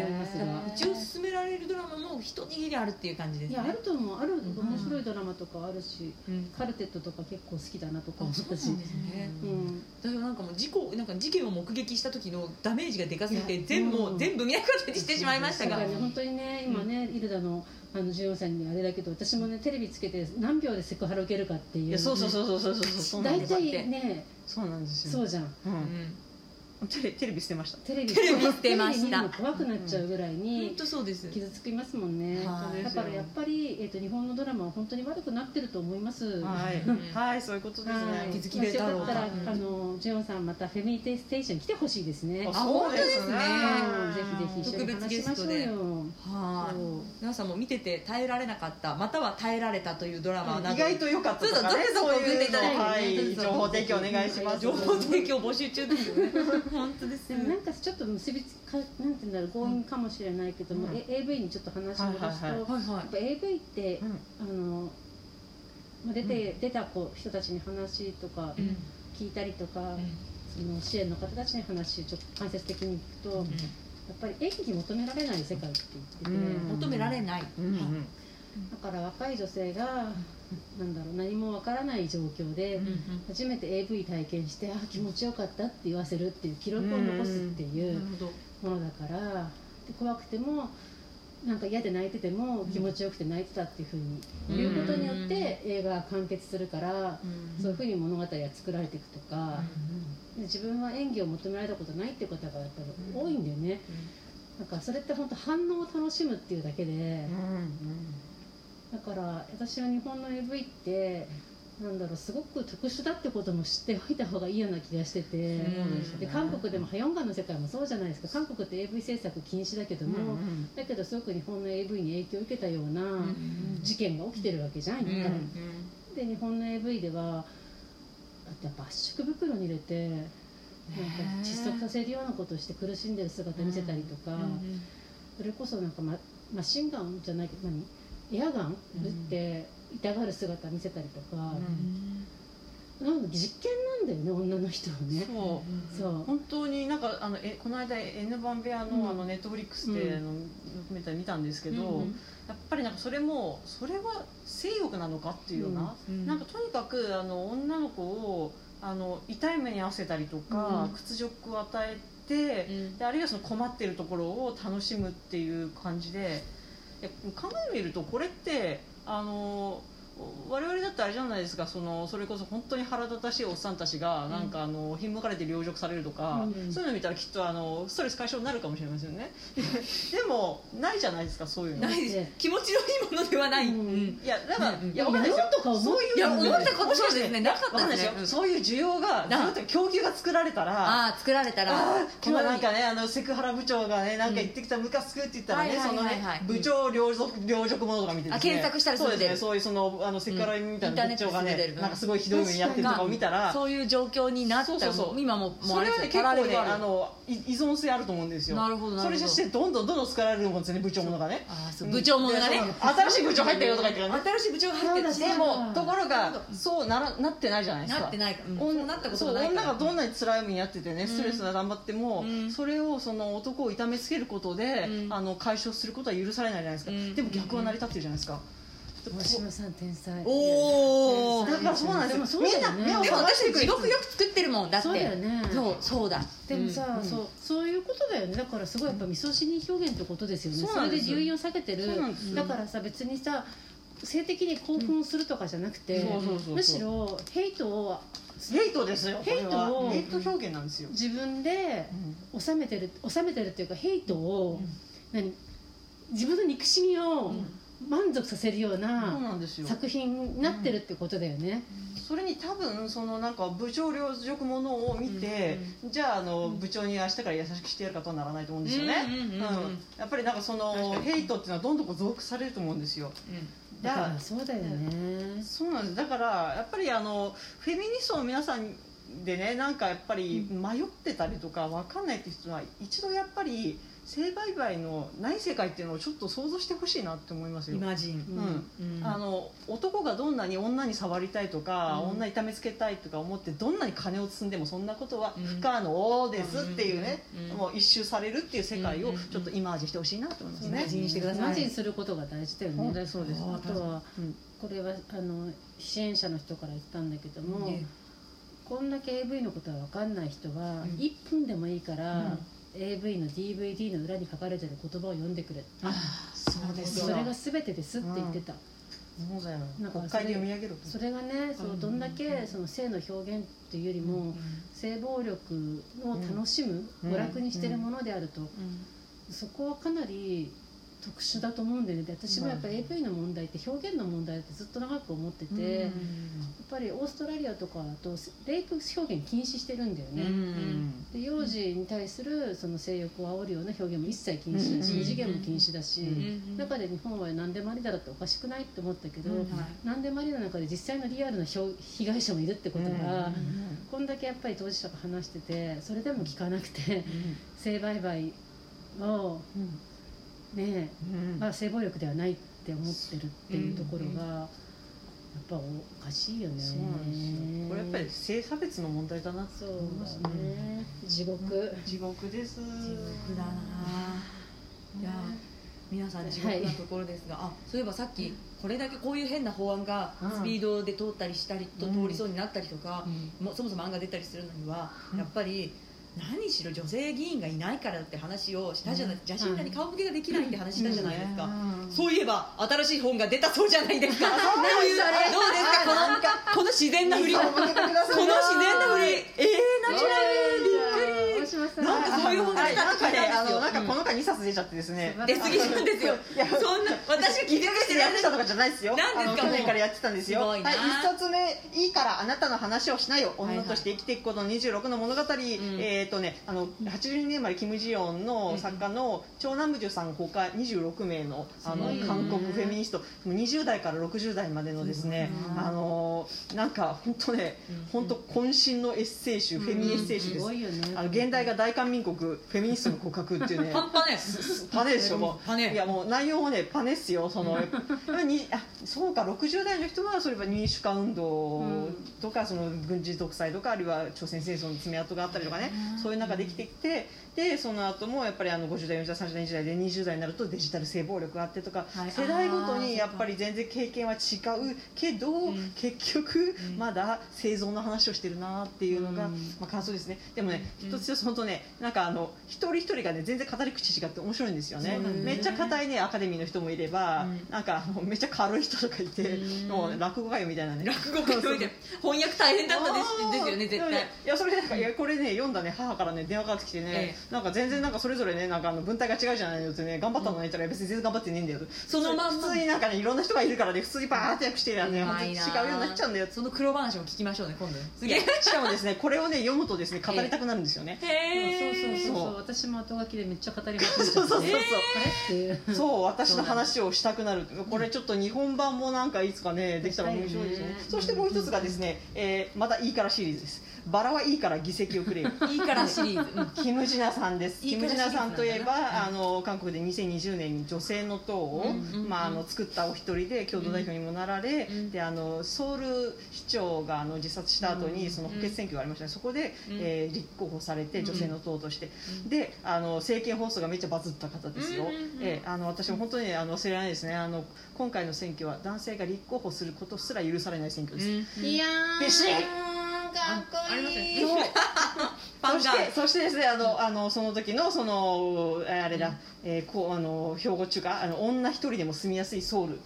S2: え
S4: 思いますが
S2: うちを勧められるドラマも一握りあるっていう感じで
S4: い
S2: すね
S4: やあると思うある
S2: ん
S4: 面白いドラマとかあるし、
S2: うん
S4: カルテットとか結構好きだなとか
S2: あ
S4: 思っ
S2: そうな
S4: たし
S2: んですね
S4: うん
S2: だからなんかもう事故なんか事件を目撃した時のダメージがでかすぎ
S4: い
S2: て
S4: や
S2: 全部、
S4: うん
S2: 全部見なかったにしてしまいました
S4: だ
S2: が
S4: からね本当にね今ね、イルダのあの14歳にあれだけど私もねテレビつけて何秒でセクハラ受けるかっていう
S3: いやそうそうそうそうそうそうそうなん
S4: 大
S3: ですよ
S4: 体ね
S3: そうなんですよ
S4: そうじゃん
S3: うん
S2: うん
S3: テレテレビ捨てました
S4: テレビ
S2: テレビ捨てまし
S4: テ
S2: た
S4: レビ見るの怖くなっちゃうぐらい
S2: 本
S4: に
S2: 当そうです
S4: 傷つきますもんね、
S2: はい
S4: だからやっぱり、えー、と日本のドラマは本当に悪くなってると思います
S3: は
S2: うん
S3: いはいそういうことです
S4: は
S3: ね
S4: い
S2: 気づきでだろう
S4: もしよかったら、
S2: うん
S4: あのジェヨンさんまたフェミニティステーションに来てほしいですね
S3: あそうですね
S4: うんぜひぜひ一緒に
S2: 特別
S4: 話
S2: ゲ
S4: しまし
S2: スト
S4: ょう
S2: で
S4: よ
S2: は
S4: そ
S2: いう皆さんも見てて耐えられなかったまたは耐えられたというドラマなど
S3: 意外と良かったとかね
S2: そうそうどれど
S3: そうい
S2: れ
S3: うの
S2: どれどれ
S3: はい情報提供お願いします
S2: 情報提供募集中ですよね 本当です
S4: で
S2: よ
S4: も
S2: ね
S4: なんかちょっと結びつかなんていうんだろう強引かもしれないけども、
S3: うん
S4: え AV にちょっと話を戻すと、
S3: はいはい
S4: や
S2: はいはい
S4: っぱ AV って、
S3: うん
S4: あのまあ出て、出た子人たちに話とか
S2: うん
S4: 聞いたりとか、その支援の方たちに話をちょっと間接的に聞くと、やっぱり演技求められない世界って言ってて、
S2: うん
S3: うん
S2: 求められない、
S3: うんうん
S4: だから若い女性がなんだろう何もわからない状況で、
S2: うん
S4: 初めて AV 体験してあ気持ちよかったって言わせるっていう記録を残すっていうう。
S2: んなるほど
S4: ものだからで怖くてもなんか嫌で泣いてても気持ちよくて泣いてたっていうふうに言うことによって映画が完結するからそういうふうに物語が作られていくとかで自分は演技を求められたことないってことがやっぱり多いんだよねなんかそれって本当反応を楽しむっていうだけでだから私は日本の AV ってなんだろうすごく特殊だってことも知っておいた方がいいような気がしてて。で韓国でもハヨンガンの世界もそうじゃないですか韓国って AV 制作禁止だけども、だけどすごく日本の AV に影響を受けたような事件が起きてるわけじゃん、いっぱいで日本の AV ではだってやっぱ圧縮袋に入れてなんか窒息させるようなことをして苦しんでる姿見せたりとか、それこそなんかママシンガンじゃないけど何エアガン撃って痛がる姿見せたりとか、なんか実験なんだよね女の人はね。
S3: そう
S4: そう
S3: 本当になんかあのえこの間 N 番部屋の,、
S4: うん
S3: あのネットフリックスで
S4: うん
S3: あのドキュメンタリー見たんですけど、やっぱりなんかそれもそれは性欲なのかっていうような、なんかとにかくあの女の子をあの痛い目に遭わせたりと
S4: う
S3: か、
S4: ん
S3: 屈辱を与えて、であるいはその困ってるところを楽しむっていう感じでいや考えてみるとこれってあの我々だってあれじゃないですかそのそれこそ本当に腹立たしいおっさんたちがなんかあのひんむかれて凌辱されるとか、
S4: うん
S3: そういうの見たらきっとあのストレス解消になるかもしれませんね でもないじゃないですかそういうの
S2: ないです気持ちのいいものではない、
S4: うん
S2: うん
S3: いやだから、
S2: うん
S3: いやわかんないです
S4: や
S3: よ
S4: ろうとか思っ
S3: そういう
S2: いや思ったことそうですねなか
S3: わ
S2: った
S3: かんな
S2: で
S3: いですす
S2: よ
S3: よ、そういう需要が
S2: な
S3: 需要って供給が作られたら
S2: ああ作られたら
S3: あー今日なん
S2: こ
S3: かねあのセクハラ部長がねなんか
S2: うん
S3: 言ってきたムカつくって言ったらね
S2: はい
S3: そ
S2: はい
S3: の
S2: はい
S3: ね
S2: はい
S3: 部長凌辱凌辱者とか見てですね
S2: あ検索したりす
S3: そ
S2: る
S3: うん
S2: で
S3: ですねそういうそのあのセクハラみたいな部長が
S2: インターネットで出て
S3: ね
S2: る
S3: なんかすごいひどい目にやってるとかを見たら
S2: そういう状況になったら
S3: そうそうそう
S2: 今ももう
S3: それはね
S2: あですよ
S3: 結構ね
S2: パラレル
S3: あのい依存性あると思うんですよ
S2: なるほどなるほど
S3: それとしてどんどんどんどん疲れるもんですよね部長ものがね
S2: あーそう
S3: うん
S2: 部長ものが
S3: で
S2: ね
S3: そう新しい部長入ったよとか言ってるからね
S2: 新しい部長が入ってるし
S4: そうだ
S3: で
S4: そうだ
S3: もところがそうならなってないじゃないですか
S2: なってないか、うん、そう
S3: 女
S2: なったことがないから
S3: そう女がどんなに辛い目にやっててねストレスが頑張っても、
S2: うん
S3: それをその男を痛めつけることで、
S2: うん
S3: あの解消することは許されないじゃないですか、
S2: うん
S3: でも逆は成り立ってるじゃないですか、
S4: 大
S3: こ
S4: 島さん天才
S2: おお
S3: だからそうなんですよ
S4: でもそうだよね
S3: みんな
S2: で
S3: 目
S2: も
S3: を覚ま
S2: 私
S3: して
S2: た
S3: く
S2: ち
S3: れ
S2: 地獄よく作ってるもんだって
S4: そうだよね
S2: そうそうだ
S4: でもさ、
S2: うん
S4: そうそういうことだよねだからすごいやっぱ味噌汁表現ってことですよね
S3: そう
S4: そ
S3: なん
S4: れ
S3: で
S4: です留飲を避けてる
S3: そうなんですよ
S4: だからさ別にさ性的に興奮するとかじゃなくて、
S3: そうそうそうそう
S4: むしろヘイトを
S3: ヘイトですよこれは
S4: ヘイトを
S3: ヘイト表現なんですよ、
S4: 自分で収めてる収めてるっていうかヘイトを、何自分の憎しみを満足させるよう
S3: そう
S4: な
S3: なんですよ
S4: 作品になってるってことだよね、
S3: それに多分そのなんか部長領辱ものを見て、じゃああの、部長に明日から優しくしてやるかとはならないと思うんですよね、
S2: うんうんうんうん
S3: やっぱりなんかそ
S2: 確か
S3: の
S2: に
S3: ヘイトっていうのはどんどんこう増幅されると思うんですよ
S4: だ
S3: だ
S4: か
S3: からら
S4: そうだよね、
S3: そうなんですだからやっぱりあのフェミニストの皆さんでねなんかやっぱり迷ってたりとか分かんないって人は一度やっぱり性売買のない世界っていうのをちょっと想像してほしいなって思います
S2: イ
S3: よ。
S2: マジン
S3: うん
S2: うん
S3: あの男がどんなに女に触りたいとか、
S2: うん
S3: 女に痛めつけたいとか思ってどんなに金を積んでもそんなことは不可能ですっていうね、
S2: うん
S3: もう一周されるっていう世界をちょっとイマージしてほしいなと思います
S2: イマ
S3: ね
S2: ー。ジンしてください
S4: マジにすることが大事だよね
S3: 本当にそうです
S4: あとは
S3: うん
S4: これはあの支援者の人から言ったんだけども、
S2: ね
S4: こんだけ AV のことは分かんない人は、
S2: うん
S4: 1分でもいいから、AV の DVD の裏に書かれてる言葉を読んでくれ
S3: そうです
S4: そ
S3: よ
S4: れが全てですって言ってた、
S3: そうだよ
S4: なんか
S3: 国会で読み上げろと
S4: それがねそのどんだけその性の表現っていうよりも、性暴力を楽しむ、
S3: うん
S4: 娯楽にしてるものであると、
S3: うん
S4: そこはかなり特殊だと思うんだよねで私もやっぱ
S3: うん
S4: AV の問題って表現の問題だってずっと長く思ってて、やっぱりオーストラリアとかだとレイプ表現禁止してるんだよね、
S3: うん
S4: で幼児に対するその性欲を煽るような表現も一切禁止だし、
S2: うん
S4: 異次元も禁止だし、
S3: うん
S4: 中で日本は何でもありだだっておかしくないって思ったけど、
S2: うんはい
S4: 何でもありの中で実際のリアルな表被害者もいるってことが、こんだけやっぱり当事者が話しててそれでも聞かなくて 性売買をね
S3: うん
S4: まあ、性暴力ではないって思ってるっていうところが、やっぱおかしいよね。
S3: そうなんですよこれやっぱり性差別の問題だな
S4: そ
S3: と
S4: う
S3: 思います
S4: だ
S3: ね
S4: ね地獄、
S3: 地獄です
S2: だなあいや皆さん地獄なところですが、あそういえばさっきこれだけこういう変な法案が
S3: うん
S2: スピードで通ったりしたりと
S3: うん
S2: 通りそうになったりとか、もうそもそも案が出たりするのにはやっぱり何しろ女性議員がいないからって話をしたじゃない、邪神に顔向けができないって話したじゃないですか、そういえば新しい本が出たそうじゃないですかどういうどうですかこのこの自然な振りこの自然な振りえー、ナチュラルびっく
S4: 大島さ
S2: りなんかそういう本が出た
S3: なん
S2: とか
S3: か
S2: ね
S3: ねあのなんかこの間2冊出ちゃってですね、
S4: うん
S2: 出過ぎなんですよ
S3: いや
S2: そんな私
S3: ギ
S2: が気づ
S3: リギリ
S2: して
S3: でやってたと
S2: や
S3: かじゃないですよ
S2: なんで
S3: あの
S2: すかもう
S3: 去年からやってたんですよ
S2: すごいな
S3: はい、1冊目「いいからあなたの話をしなよ
S2: はい
S3: 女として生きていくことの26の物語」えっ、とねあの82年生まれキム・ジヨンの作家の長男部女さんほか26名のあの
S2: すごいね
S3: 韓国フェミニスト20代から60代までのですね
S2: すごいな
S3: あのなんか本当ね本当渾身のエッセイ集フェミエッセイ集
S4: す
S3: です
S4: ごいよね
S3: あの現代が大韓民国フェミニストの告白っていう ね
S2: 半端ね
S3: パネでしょもう
S2: パネ
S3: いやもう内容もねパネっすよそのにあそうか60代の人はそういえば民主化運動とか、その軍事独裁とかあるいは朝鮮戦争の爪痕があったりとかね、そういう中で生きてきてでその後もやっぱりあの50代40代30代20代で20代になるとデジタル性暴力があってとか、
S2: はい
S3: 世代ごと
S2: あー
S3: にやっぱり全然経験は違うけど、結局まだ生存の話をしてるなっていうのが、まあ、感想ですねでもね一つ一つ本当ねなんかあの一人一人がね全然語り口違って面白いんですよね
S2: そうなんですね
S3: めっちゃ硬いねアカデミーの人もいれば、なんかあのめっちゃ軽い人とかいて、もう落語家よみたいなね
S2: 落語家みたいな翻訳大変だったですですよね絶
S3: でも
S2: 対
S3: ねいやそれなんかいやこれね読んだね母からね電話かかってきてね
S2: え、
S3: なんか全然なんかそれぞれねなんかあの文体が違うじゃないのってね頑張ったのねって言ったら別に全然頑張ってねえんだよと
S2: そのまんま
S3: 普通になんかねいろんな人がいるからね普通にバーって訳してやね、
S2: う
S3: 本
S2: ま
S3: 当に
S2: い
S3: 違う
S2: な
S3: ようになっちゃうんだよ
S2: その黒話も聞きましょうね今度ね次
S3: い
S2: へ
S3: やしかもですねこれをね読むとですね語りたくなるんですよね、
S2: え
S4: そうそうそうそう私も後書きでめっちゃ語り始めちゃ
S3: そう
S4: っ
S3: そうそ
S4: あ
S3: うそう、
S4: れっていう
S3: そう私の話をしたくなるこれちょっと日本版もなんかいつかねできたら面白いですね
S4: うん
S3: そしてもう一つがですね、えーまたいいからシリーズですバラはいいから議席をくれよ
S2: いいからシリー ズ、うん
S3: キム・ジナさんです
S2: いい
S3: キ
S2: か
S3: ム・
S2: ら
S3: ジナさんといえば
S2: シリーズなんだな
S3: あの韓国で2020年に女性の党を、
S2: うんうん
S3: まあ、あの作ったお一人で共同代表にもなられ、
S2: うん
S3: であのソウル市長があの自殺した後にその補欠選挙がありましたねそこで、
S2: うん
S3: えー立候補されて女性の党として、
S2: うん
S3: であの政見放送がめっちゃバズった方ですよ、
S2: うんうんうん
S3: えーあの私も本当に、ね、あの忘れられないですねあの今回の選挙は男性が立候補することすら許されない選挙です、
S1: いや
S3: ビシッ
S1: かっこいい
S3: そう
S2: パ
S3: そ
S2: ン
S3: し
S2: が
S3: てそしてですねあのあのその時のそのえーあれだ、えーこうあの兵庫中華あの女一人でも住みやすいソウル、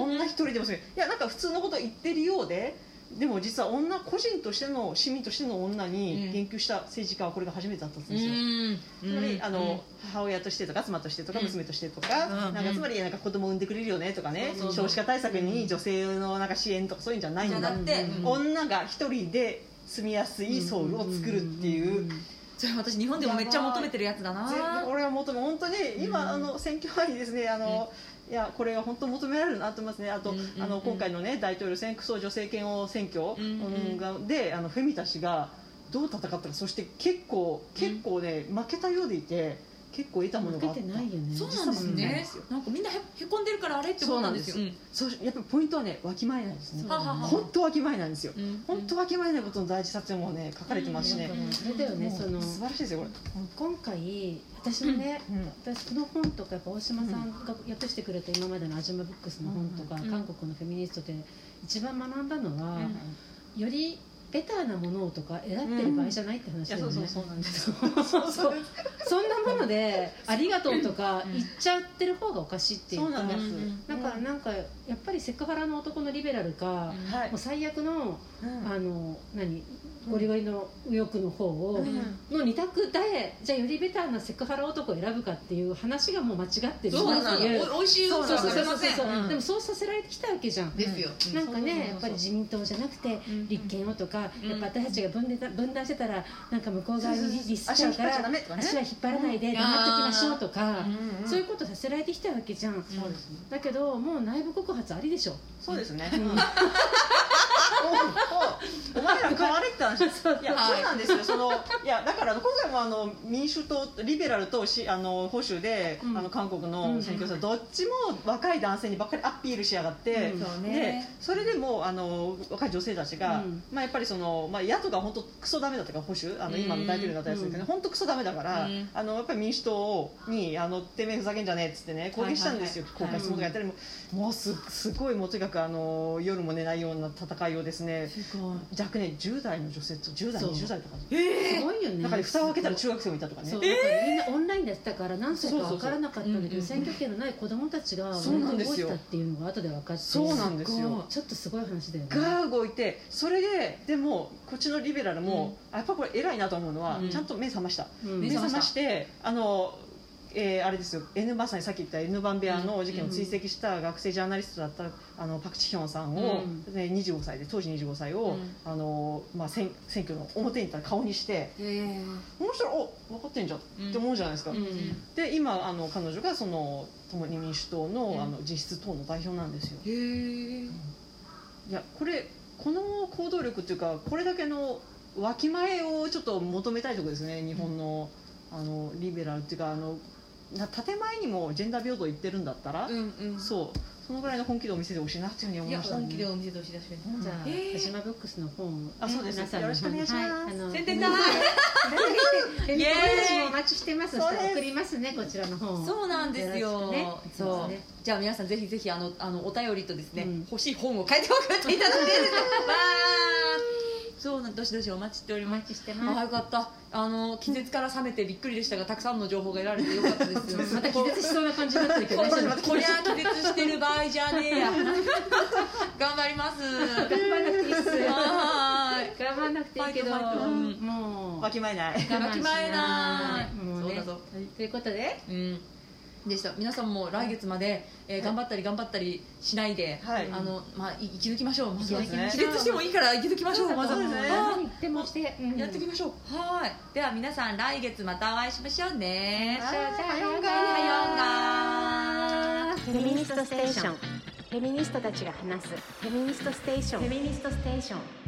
S3: 女一人でも住みいやなんか普通のこと言ってるようででも実は女個人としての市民としての女
S2: う
S3: に
S2: ん
S3: 言及した政治家はこれが初めてだったんですよ。
S2: うん
S3: つまりあの、
S2: うん
S3: 母親としてとか妻としてとか
S2: うん
S3: 娘としてとか,、
S2: うん
S3: なんかつまりなんか子供産んでくれるよねとかね、
S2: そうそうそう
S3: 少子化対策に女性のなんか支援とかそういうんじゃないん
S2: じゃな
S3: だ
S2: くて、
S4: うん
S2: お
S3: 女が一人で住みやすいソウルを作るっていう。
S2: それ私日本でもめっちゃ求めてるやつだな
S3: ぜ俺は求め本当に今、
S2: うん
S3: あの選挙前にですねあの、いやこれは本当求められるなと思いますねあと、
S2: うんうんうん
S3: あの今回のね大統領選クソ女性権を選挙、
S2: んうん
S3: がであのフェミたちがどう戦ったかそして結構結構ね、負けたようでいて結構得たものがあ
S4: 負
S3: った
S4: けてないよね
S2: そうなん
S3: 実は
S2: です
S3: そうなん
S2: ね
S3: ですよ
S2: なんかみんなへへこんでるからあれってことなんですよ
S3: そう
S2: うん
S3: そうやっぱりポイントはねわきまえないですね
S2: ははは
S3: 本当わきまえないんですよ、
S2: うん
S3: 本当わきまえないことの大事さっていうのもね書かれてますしね、
S4: なんかあれだよね
S3: もう
S4: その
S3: 素晴らしいですよこれ、
S4: 今回私もね、
S3: うん
S4: 私の本とかやっぱ大島さんが訳してくれた今までのアジマブックスの本とか、
S2: うん
S4: 韓国のフェミニストで一番学んだのは、
S2: うん
S4: よりベターなものをとか選ってる場合じゃないって話
S3: い
S4: だ
S3: や
S4: よね、
S3: そうそうそうなんですよ
S4: そうそう そんなもので「ありがとう」とか
S2: うん
S4: 言っちゃってる方がおかしいっていう
S3: そう
S4: か
S3: なんです、
S4: だからなんかやっぱりセクハラの男のリベラルか、
S3: はい
S4: もう最悪の
S3: うん
S4: あの何ゴリゴリの右翼の方を、
S3: うん
S4: の二択でじゃあよりベターなセクハラ男を選ぶかっていう話がもう間違ってる
S2: そうなん
S4: ってい
S2: で
S4: う
S2: すおいしい
S4: そう
S2: よ
S4: そうそうそう
S2: ません
S4: そう
S2: うん
S4: でもそうさせられてきたわけじゃん
S2: ですよ
S3: うん
S4: なんかね
S3: そうそうそうそう
S4: やっぱり自民党じゃなくて
S2: ん
S4: 立憲をとか、
S2: うん
S4: やっぱ私たちが分裂分断してたらなんか向こう側に
S3: そうそうそう
S4: リスっちゃうから
S3: 足を引っ張っちゃダメとかね
S4: 足は引っ張らないで
S2: ん
S4: 黙っておきましょうとか、
S3: うんうん
S4: そういうことさせられてきたわけじゃん、
S3: そうですね
S4: だけどもう内部告発ありでしょ
S3: そうですね。おおお前ら変われって話いやそうなんですよそのいやだから今回もあの民主党リベラルとしあの保守で、
S4: うん
S3: あの韓国の選挙戦、どっちも若い男性にばっかりアピールしやがって、
S4: うん
S2: そう
S3: で
S2: ね
S3: それでもあの若い女性たちが、
S4: うん
S3: まあ、やっぱりその、まあ、野党が本当クソダメだったから保守あの今の大統領になったやつですけど、本当クソダメだから、
S2: うん
S3: あのやっぱり民主党にあのてめえふざけんじゃねえっつってね攻撃したんですよ、
S2: はい
S3: 公
S2: はいは
S3: 開
S2: い
S3: 質問とかやったりも、もうすすごいもうとにかくあの夜も寝ないような戦いをですですね
S2: すごい
S3: 若年10代の女性と10代
S4: そう
S3: 20代とか
S2: え
S4: すごいよね
S3: 中に蓋を開けたら中学生もいたとかね
S4: そうだからみんなオンラインだったから何歳か分からなかったんだけど
S2: そうそ
S4: 選
S2: うそう
S4: 挙権のない子どもたちが
S3: そうなんですよ
S4: 動いたっていうのが後で分かって
S3: そうなんです
S2: す
S3: よ
S2: ごい
S4: ちょっとすごい話だよね
S3: が動いてそれででもこっちのリベラルも、あやっぱこれ偉いなと思うのは、
S2: うん
S3: ちゃんと目覚ました、
S4: うん
S3: 目
S2: ね
S3: 覚ましてあの、えーあれですよ N まさにさっき言った N 番部屋の事件を追跡した学生ジャーナリストだった、あのパク・チヒョンさんを、
S4: う
S3: ね、25歳で当時25歳を、
S2: うん
S3: あのまあ、選選挙の表に立った顔にして
S2: え
S3: この人らお分かってんじゃんって思うじゃないですか、
S2: うんうん
S3: で今あの彼女がその共に民主党の,、
S2: うん
S3: あの実質党の代表なんですよ
S2: へえ
S3: いやこれこの行動力っていうかこれだけのわきまえをちょっと求めたいところですね日本の,、あのリベラルっていうかあのな建前にもジェンダー平等言ってるんだったら、
S2: うんうん
S3: そうそのぐらいの本気でお見せてほしいなっていうふうに思
S2: い
S3: い
S2: や
S3: ました
S2: 本気で
S3: ね。
S2: お店で押し出しめ
S3: うん
S4: じゃあ
S2: えー
S4: 田島ブックスの本を
S3: あそうです
S4: 皆さんの
S3: よろしくお願いします
S4: はいあの
S2: 宣伝だ
S4: イエー
S2: イエーイ
S4: お待ちしてます。
S3: そうです
S4: 送りますね、こちらの本を。
S2: そうなんですよ
S4: よろしくね
S2: そ
S4: そう
S2: う
S4: ですね
S2: じゃあ皆さんぜひぜひあのあのお便りとですね、
S4: うん
S2: 欲しい本を書いて送っていただいてわーそうなんどしどしお待ちしており
S4: お
S2: ます
S4: 待ちして
S2: ああ
S4: ま
S2: よかったあの気絶から冷めてびっくりでしたがたくさんの情報が得られてよかったですよ
S4: す。また気絶しそうな感じになってるけど
S2: こ
S4: 大丈夫。頑
S2: りゃ気絶してる場合じゃねえや 頑張ります
S4: 張らなくていいっす。
S2: はーい
S4: 頑張らなくていいけど、
S2: ファイトファイトうん
S4: もう
S3: わきまえない
S4: 我
S2: わ
S4: 慢
S2: き
S4: し
S2: まえ
S4: な。
S2: ないい
S4: もうね
S2: そうだぞ。
S4: ということで、
S2: うんでした皆さんも来月まで、えー頑張ったり頑張ったりしないで、
S3: はい
S2: あのまあ、い生き抜きましょうまずは
S3: そうですね
S2: 生き抜きましょう気絶してもいいから生き抜きましょうまず
S3: そ
S2: は
S3: うですね
S2: は
S4: 何言ってもして、うん
S2: いやっていきましょうはーいでは皆さん来月またお会いしましょうね
S4: じゃあじゃあ
S3: はようが
S2: さようなら
S1: フェミニストステーションフェミニストたちが話すフェミニストステーションフェミニストステーション